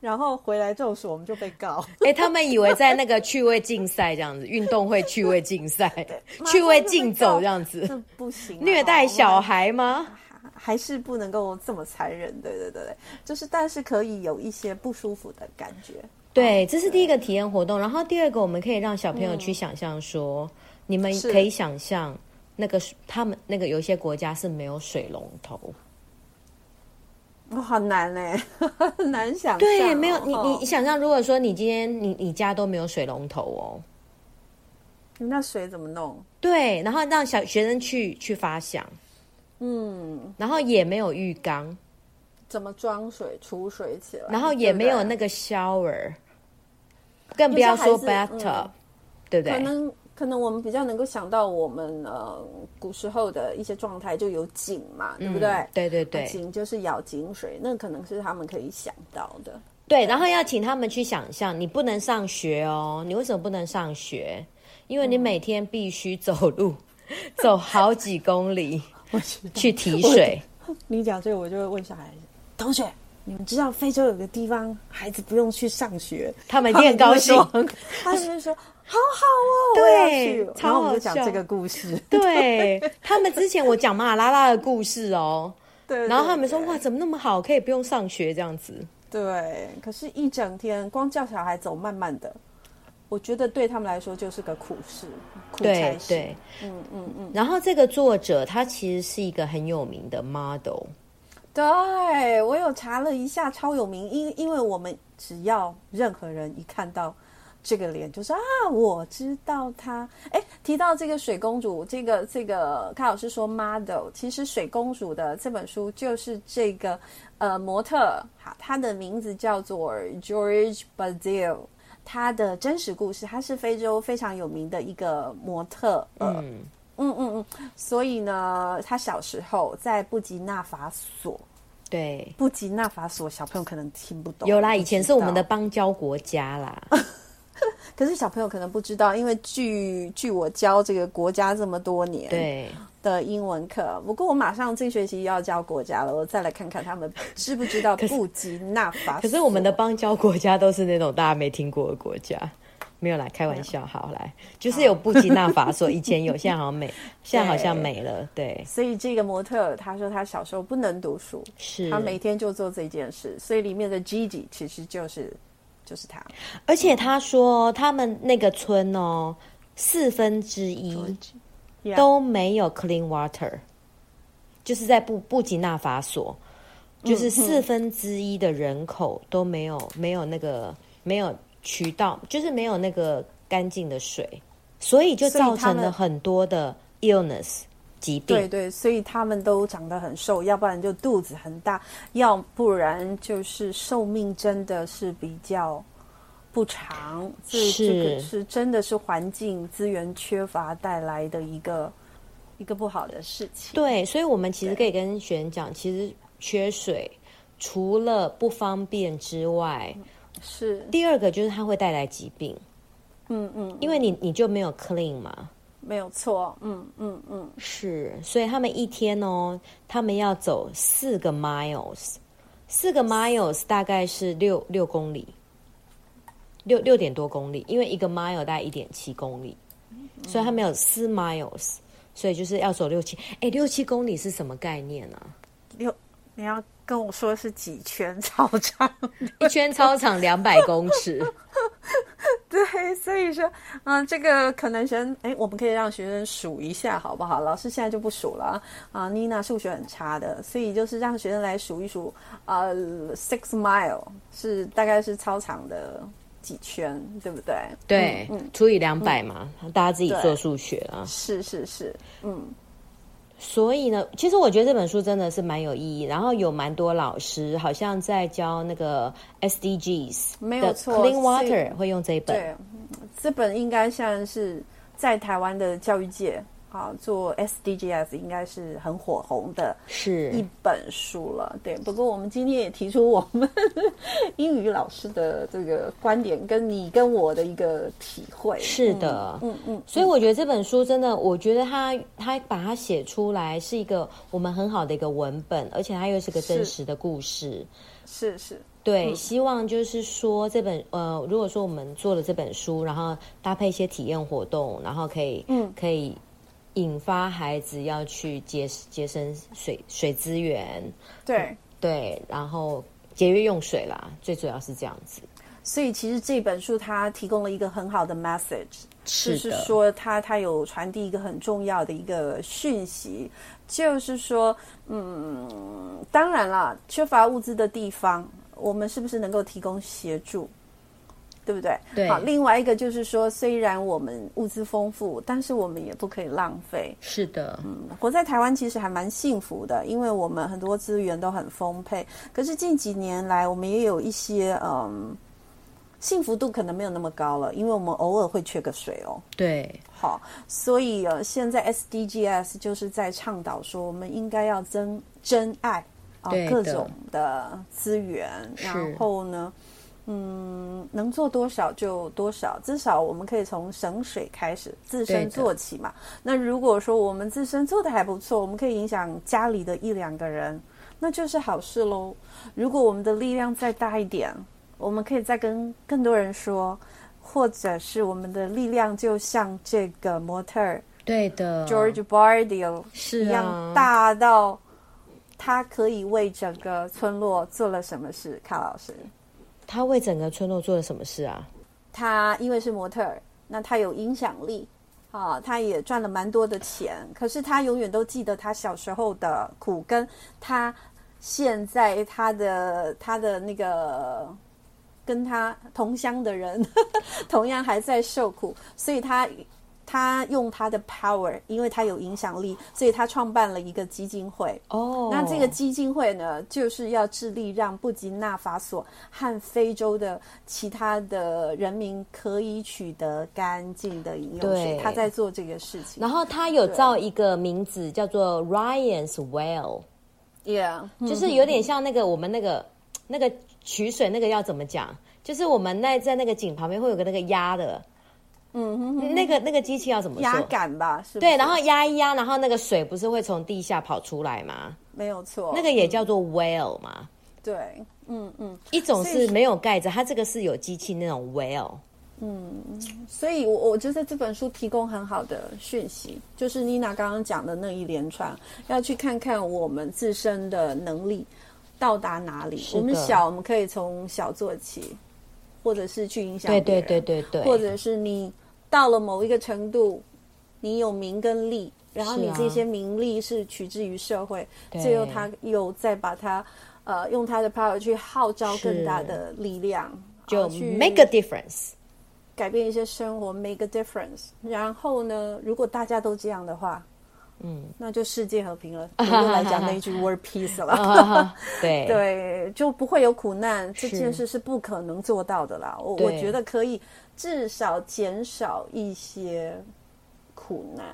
Speaker 1: 然后回来中暑我们就被告。
Speaker 2: 哎、他们以为在那个趣味竞赛这样子，运动会趣味竞赛
Speaker 1: 马上就被告，
Speaker 2: 趣味竞走这样子，
Speaker 1: 这不行啊、
Speaker 2: 虐待小
Speaker 1: 孩。
Speaker 2: 孩吗？
Speaker 1: 还是不能够这么残忍，对对对对，就是但是可以有一些不舒服的感觉，
Speaker 2: 对，这是第一个体验活动。然后第二个，我们可以让小朋友去想象说，你们
Speaker 1: 嗯是
Speaker 2: 可以想象那个是他们那个有一些国家是没有水龙头，
Speaker 1: 哇，好难呢，很 难想象哦。
Speaker 2: 对，没有你你
Speaker 1: 哦
Speaker 2: 你想象，如果说你今天你你家都没有水龙头哦，
Speaker 1: 那水怎么弄？
Speaker 2: 对，然后让小学生去去发想，
Speaker 1: 嗯，
Speaker 2: 然后也没有浴缸，
Speaker 1: 怎么装水、储水起来？
Speaker 2: 然后也没有那
Speaker 1: 对
Speaker 2: 个 shower，更不要说
Speaker 1: 有些孩子嗯
Speaker 2: bathtub，、对不
Speaker 1: 不对可
Speaker 2: 对？
Speaker 1: 能。可能我们比较能够想到我们呃古时候的一些状态，就有井嘛，对不对？
Speaker 2: 嗯对对对
Speaker 1: 井就是舀井水，那可能是他们可以想到的。
Speaker 2: 对，然后要请他们去想象，你不能上学哦，你为什么不能上学？因为你每天必须走 路，走好几公里
Speaker 1: 我知道
Speaker 2: 去提水。
Speaker 1: 你讲这个，我就会问小孩子：“同学，你们知道非洲有个地方孩子不用去上学，
Speaker 2: 他们一定很高兴
Speaker 1: 他们就会说他们就说：‘好好哦，我也要去。’
Speaker 2: 超
Speaker 1: 然后我们
Speaker 2: 好
Speaker 1: 就讲
Speaker 2: 笑
Speaker 1: 这个故事，
Speaker 2: 对他们之前我讲马拉拉的故事哦，
Speaker 1: 对。
Speaker 2: 然后他们说
Speaker 1: 对
Speaker 2: 哇，怎么那么好，可以不用上学这样子。
Speaker 1: 对，可是，一整天光叫小孩走慢慢的，我觉得对他们来说就是个苦事，苦
Speaker 2: 对
Speaker 1: 差事。
Speaker 2: 对，
Speaker 1: 嗯嗯嗯，
Speaker 2: 然后这个作者他其实是一个很有名的 model，
Speaker 1: 对我有查了一下，超有名，因因为我们只要任何人一看到。这个脸就是啊，我知道他。哎，提到这个水公主，这个这个，卡老师说 model，其实水公主的这本书就是这个呃模特，好，她的名字叫做 George Bazil，她的真实故事，她是非洲非常有名的一个模特，呃、
Speaker 2: 嗯
Speaker 1: 嗯嗯嗯，所以呢，她小时候在布吉纳法索，
Speaker 2: 对。
Speaker 1: 布吉纳法索小朋友可能听不懂，
Speaker 2: 有啦，
Speaker 1: 不
Speaker 2: 以前
Speaker 1: 知
Speaker 2: 是我们
Speaker 1: 道
Speaker 2: 的邦交国家 啦。
Speaker 1: 可是小朋友可能不知道，因为据据我教这个国家这么多年
Speaker 2: 对，
Speaker 1: 的英文课，不过我马上这学期要教国家了，我再来看看他们知不知 道布吉纳法索。
Speaker 2: 可是我们的邦交国家都是那种大家没听过的国家。没有啦，开玩笑，好来，就是有布吉纳法 索，以前有，现在好像没，现在好像没了。对，
Speaker 1: 所以这个模特他说他小时候不能读书，
Speaker 2: 是。
Speaker 1: 他每天就做这件事，所以里面的 Gigi 其实就是就是他。
Speaker 2: 而且他说他们那个村哦，四分之一
Speaker 1: Yeah
Speaker 2: 都没有 clean water，就是在布布吉纳法索，
Speaker 1: 嗯
Speaker 2: 就是四分之一的人口都没有没有那个没有渠道，就是没有那个干净的水，所以就
Speaker 1: 所以他
Speaker 2: 造成了
Speaker 1: 们
Speaker 2: 很多的 illness 疾
Speaker 1: 对
Speaker 2: 病。
Speaker 1: 对，所以他们都长得很瘦，要不然就肚子很大，要不然就是寿命真的是比较不长。这这个
Speaker 2: 是
Speaker 1: 是真的是环境资源缺乏带来的一个一个不好的事情。
Speaker 2: 对，所以我们其实可以跟学员讲，其实缺水除了不方便之外，
Speaker 1: 是
Speaker 2: 第二个就是它会带来疾病。
Speaker 1: 嗯嗯，
Speaker 2: 因为你你就没有 clean 嘛。
Speaker 1: 没有错，嗯嗯嗯，
Speaker 2: 是，所以他们一天哦，他们要走四个 miles，四个 miles 大概是六六公里，六六点多公里，因为一个 mile 大概一点七公里，
Speaker 1: 嗯
Speaker 2: 所以他们有四 miles，所以就是要走六七，哎，六七公里是什么概念 呢、啊？
Speaker 1: 六，你要跟我说是几圈 操场？
Speaker 2: 一圈操场两百公尺。
Speaker 1: 对，所以说，嗯，这个可能学，哎，我们可以让学生数一下，好不好？老师现在就不数了啊。妮、娜数学很差的，所以就是让学生来数一数，呃，six mile 是大概是操场的几圈，对不对？
Speaker 2: 对，
Speaker 1: 嗯，嗯嗯
Speaker 2: 除以两百嘛，大家自己
Speaker 1: 对
Speaker 2: 做数学啊。
Speaker 1: 是是是，嗯
Speaker 2: 所以呢，其实我觉得这本书真的是蛮有意义，然后有蛮多老师好像在教那个 SDGs，
Speaker 1: 没有
Speaker 2: 的
Speaker 1: 错所
Speaker 2: ，Clean
Speaker 1: 以
Speaker 2: Water 会用这一本，
Speaker 1: 对，这本应该算是在台湾的教育界啊，做 SDGs 应该是很火红的一
Speaker 2: 是
Speaker 1: 本书了，对。不过我们今天也提出我们英语老师的这个观点，跟你跟我的一个体会。
Speaker 2: 是的，
Speaker 1: 嗯，嗯嗯，
Speaker 2: 所以我觉得这本书真的，我觉得它它把它写出来是一个我们很好的一个文本，而且它又是个真
Speaker 1: 是
Speaker 2: 实的故事。
Speaker 1: 是是，嗯
Speaker 2: 对，希望就是说这本呃，如果说我们做了这本书，然后搭配一些体验活动，然后可以
Speaker 1: 嗯
Speaker 2: 可以引发孩子要去节节省水水资源，
Speaker 1: 对。
Speaker 2: 对，然后节约用水啦，最主要是这样子。
Speaker 1: 所以其实这本书它提供了一个很好的 message，就是是
Speaker 2: 的
Speaker 1: 说它它有传递一个很重要的一个讯息，就是说，嗯，当然啦，缺乏物资的地方，我们是不是能够提供协助？对不对？
Speaker 2: 对
Speaker 1: 好，另外一个就是说，虽然我们物资丰富，但是我们也不可以浪费。
Speaker 2: 是的，
Speaker 1: 活在台湾其实还蛮幸福的，因为我们很多资源都很丰沛。可是近几年来，我们也有一些嗯，幸福度可能没有那么高了，因为我们偶尔会缺个水哦。
Speaker 2: 对，
Speaker 1: 好，所以呃，现在 SDGs 就是在倡导说，我们应该要真真爱啊、
Speaker 2: 对
Speaker 1: 各
Speaker 2: 的
Speaker 1: 种的资源，
Speaker 2: 是
Speaker 1: 然后呢，嗯，能做多少就多少，至少我们可以从省水开始，自
Speaker 2: 对
Speaker 1: 身
Speaker 2: 的
Speaker 1: 做起嘛。那如果说我们自身做的还不错，我们可以影响家里的一两个人，那就是好事喽。如果我们的力量再大一点，我们可以再跟更多人说，或者是我们的力量就像这个模特儿
Speaker 2: 对的
Speaker 1: George Bardio
Speaker 2: 是
Speaker 1: 一
Speaker 2: 啊
Speaker 1: 样，大到他可以为整个村落做了什么事？卡老师，
Speaker 2: 他为整个村落做了什么事啊？
Speaker 1: 他因为是模特儿，那他有影响力。啊，他也赚了蛮多的钱，可是他永远都记得他小时候的苦，跟他现在他的他的那个跟他同乡的人 同样还在受苦，所以他他用他的 power，因为他有影响力，所以他创办了一个基金会，
Speaker 2: 哦，
Speaker 1: 那这个基金会呢，就是要致力让布吉纳法索和非洲的其他的人民可以取得干净的饮用水
Speaker 2: 对。
Speaker 1: 他在做这个事情。
Speaker 2: 然后他有造一个名字叫做 Ryan's Well，
Speaker 1: Yeah，
Speaker 2: 就
Speaker 1: 就是
Speaker 2: 有点像那个我们那个那个取水那个要怎么讲？就是我们那在那个井旁边会有个那个压的，嗯哼那个那个机器要怎么
Speaker 1: 压
Speaker 2: 说？
Speaker 1: 感吧，是不是
Speaker 2: 对，然后压一压，然后那个水不是会从地下跑出来吗？
Speaker 1: 没有错，
Speaker 2: 那个也叫做 well 嘛，
Speaker 1: 对，嗯嗯，
Speaker 2: 一种
Speaker 1: 所
Speaker 2: 是
Speaker 1: 以
Speaker 2: 没有盖子，它这个是有机器那种 well。
Speaker 1: 所以我我觉得这本书提供很好的讯息，就是妮娜刚刚讲的那一连串，要去看看我们自身的能力到达哪里。
Speaker 2: 的
Speaker 1: 我们小，我们可以从小做起，或者是去影响
Speaker 2: 对
Speaker 1: 别
Speaker 2: 对
Speaker 1: 人
Speaker 2: 对对对，
Speaker 1: 或者是你到了某一个程度，你有名跟利，然后
Speaker 2: 是
Speaker 1: 你
Speaker 2: 啊
Speaker 1: 这些名利是取之于社会，
Speaker 2: 对
Speaker 1: 最后他又再把它，呃，用他的 power 去号召更大的力量，
Speaker 2: 就
Speaker 1: 啊去
Speaker 2: make a difference。
Speaker 1: 改变一些生活，make a difference。然后呢，如果大家都这样的话，嗯，那就世界和 平了。我又来讲那一句 world peace
Speaker 2: 啊
Speaker 1: 了。
Speaker 2: 对
Speaker 1: 对，就不会有苦难，这
Speaker 2: 是
Speaker 1: 件事是不可能做到的啦。我
Speaker 2: 对
Speaker 1: 我觉得可以至少减少一些苦难，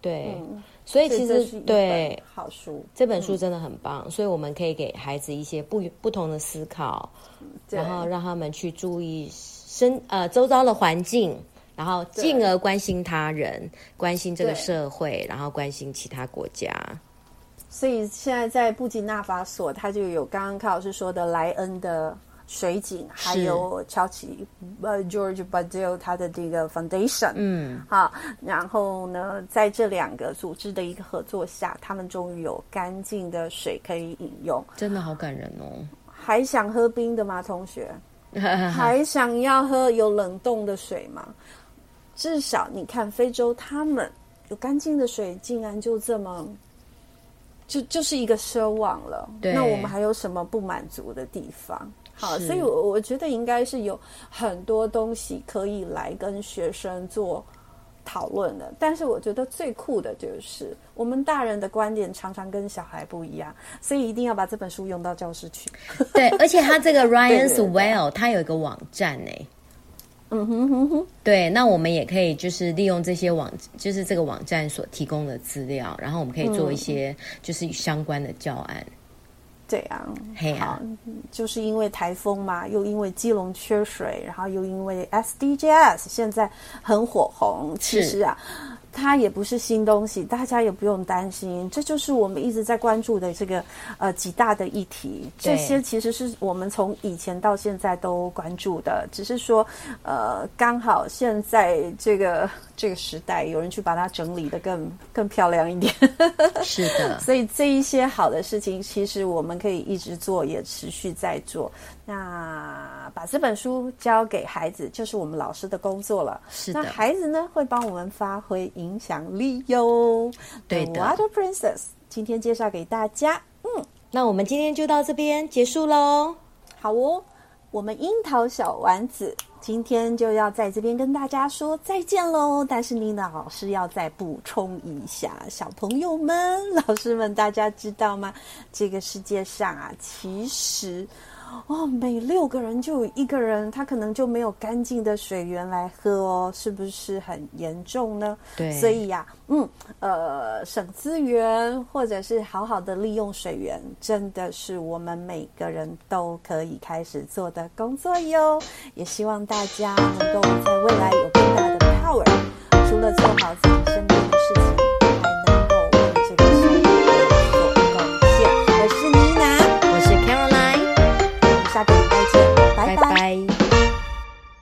Speaker 2: 对，
Speaker 1: 嗯所
Speaker 2: 所以
Speaker 1: 以
Speaker 2: 其
Speaker 1: 这
Speaker 2: 实
Speaker 1: 是一本嗯
Speaker 2: 对
Speaker 1: 好书，
Speaker 2: 这本书真的很棒，所以我们可以给孩子一些不不同的思考，
Speaker 1: 对
Speaker 2: 然后让他们去注意身呃周遭的环境，然后进而关心他人，关心这个社会，然后关心其他国家。
Speaker 1: 所以现在在布吉纳法索，它就有刚刚柯老师说的莱恩的水井，还有乔奇呃 George Badil 他的这个 Foundation，
Speaker 2: 嗯，
Speaker 1: 好，然后呢，在这两个组织的一个合作下，他们终于有干净的水可以饮用。
Speaker 2: 真的好感人哦。
Speaker 1: 还想喝冰的吗，同学？
Speaker 2: 嗯
Speaker 1: 还想要喝有冷冻的水吗？至少你看非洲，他们有干净的水，竟然就这么，就就是一个奢望了。
Speaker 2: 对
Speaker 1: 那我们还有什么不满足的地方？好，
Speaker 2: 是
Speaker 1: 所以我我觉得应该是有很多东西可以来跟学生做讨论的。但是我觉得最酷的就是我们大人的观点常常跟小孩不一样，所以一定要把这本书用到教室去。
Speaker 2: 对，而且他这 个 Ryan's
Speaker 1: 对
Speaker 2: Well，他有一个网站呢。
Speaker 1: 嗯哼哼哼。
Speaker 2: 对，那我们也可以就是利用这些网，就是这个网站所提供的资料，然后我们可以做一
Speaker 1: 嗯
Speaker 2: 些就是相关的教案。
Speaker 1: 对啊，
Speaker 2: 嘿啊
Speaker 1: 好，就是因为台风嘛，又因为基隆缺水，然后又因为 SDGs 现在很火红。其
Speaker 2: 是
Speaker 1: 实啊，它也不是新东西，大家也不用担心。这就是我们一直在关注的这个呃几大的议题，这
Speaker 2: 对
Speaker 1: 些其实是我们从以前到现在都关注的，只是说呃刚好现在这个这个时代，有人去把它整理的更更漂亮一点。
Speaker 2: 是的，
Speaker 1: 所以这一些好的事情，其实我们可以一直做，也持续在做。那把这本书交给孩子，就是我们老师的工作了。
Speaker 2: 是
Speaker 1: 那
Speaker 2: 的，
Speaker 1: 孩子呢，会帮我们发挥影响力哟。
Speaker 2: 对
Speaker 1: The
Speaker 2: 的
Speaker 1: Water Princess 今天介绍给大家， 嗯
Speaker 2: 那我们今天就到这边结束喽。
Speaker 1: 好哦。我们樱桃小丸子今天就要在这边跟大家说再见喽。但是妮娜老师要再补充一下，小朋友们、老师们，大家知道吗？这个世界上啊，其实哦，每六个人就有一个人，他可能就没有干净的水源来喝哦，是不是很严重呢？
Speaker 2: 对
Speaker 1: 所以呀、嗯，呃，省资源或者是好好的利用水源，真的是我们每个人都可以开始做的工作哟。也希望大家能够在未来有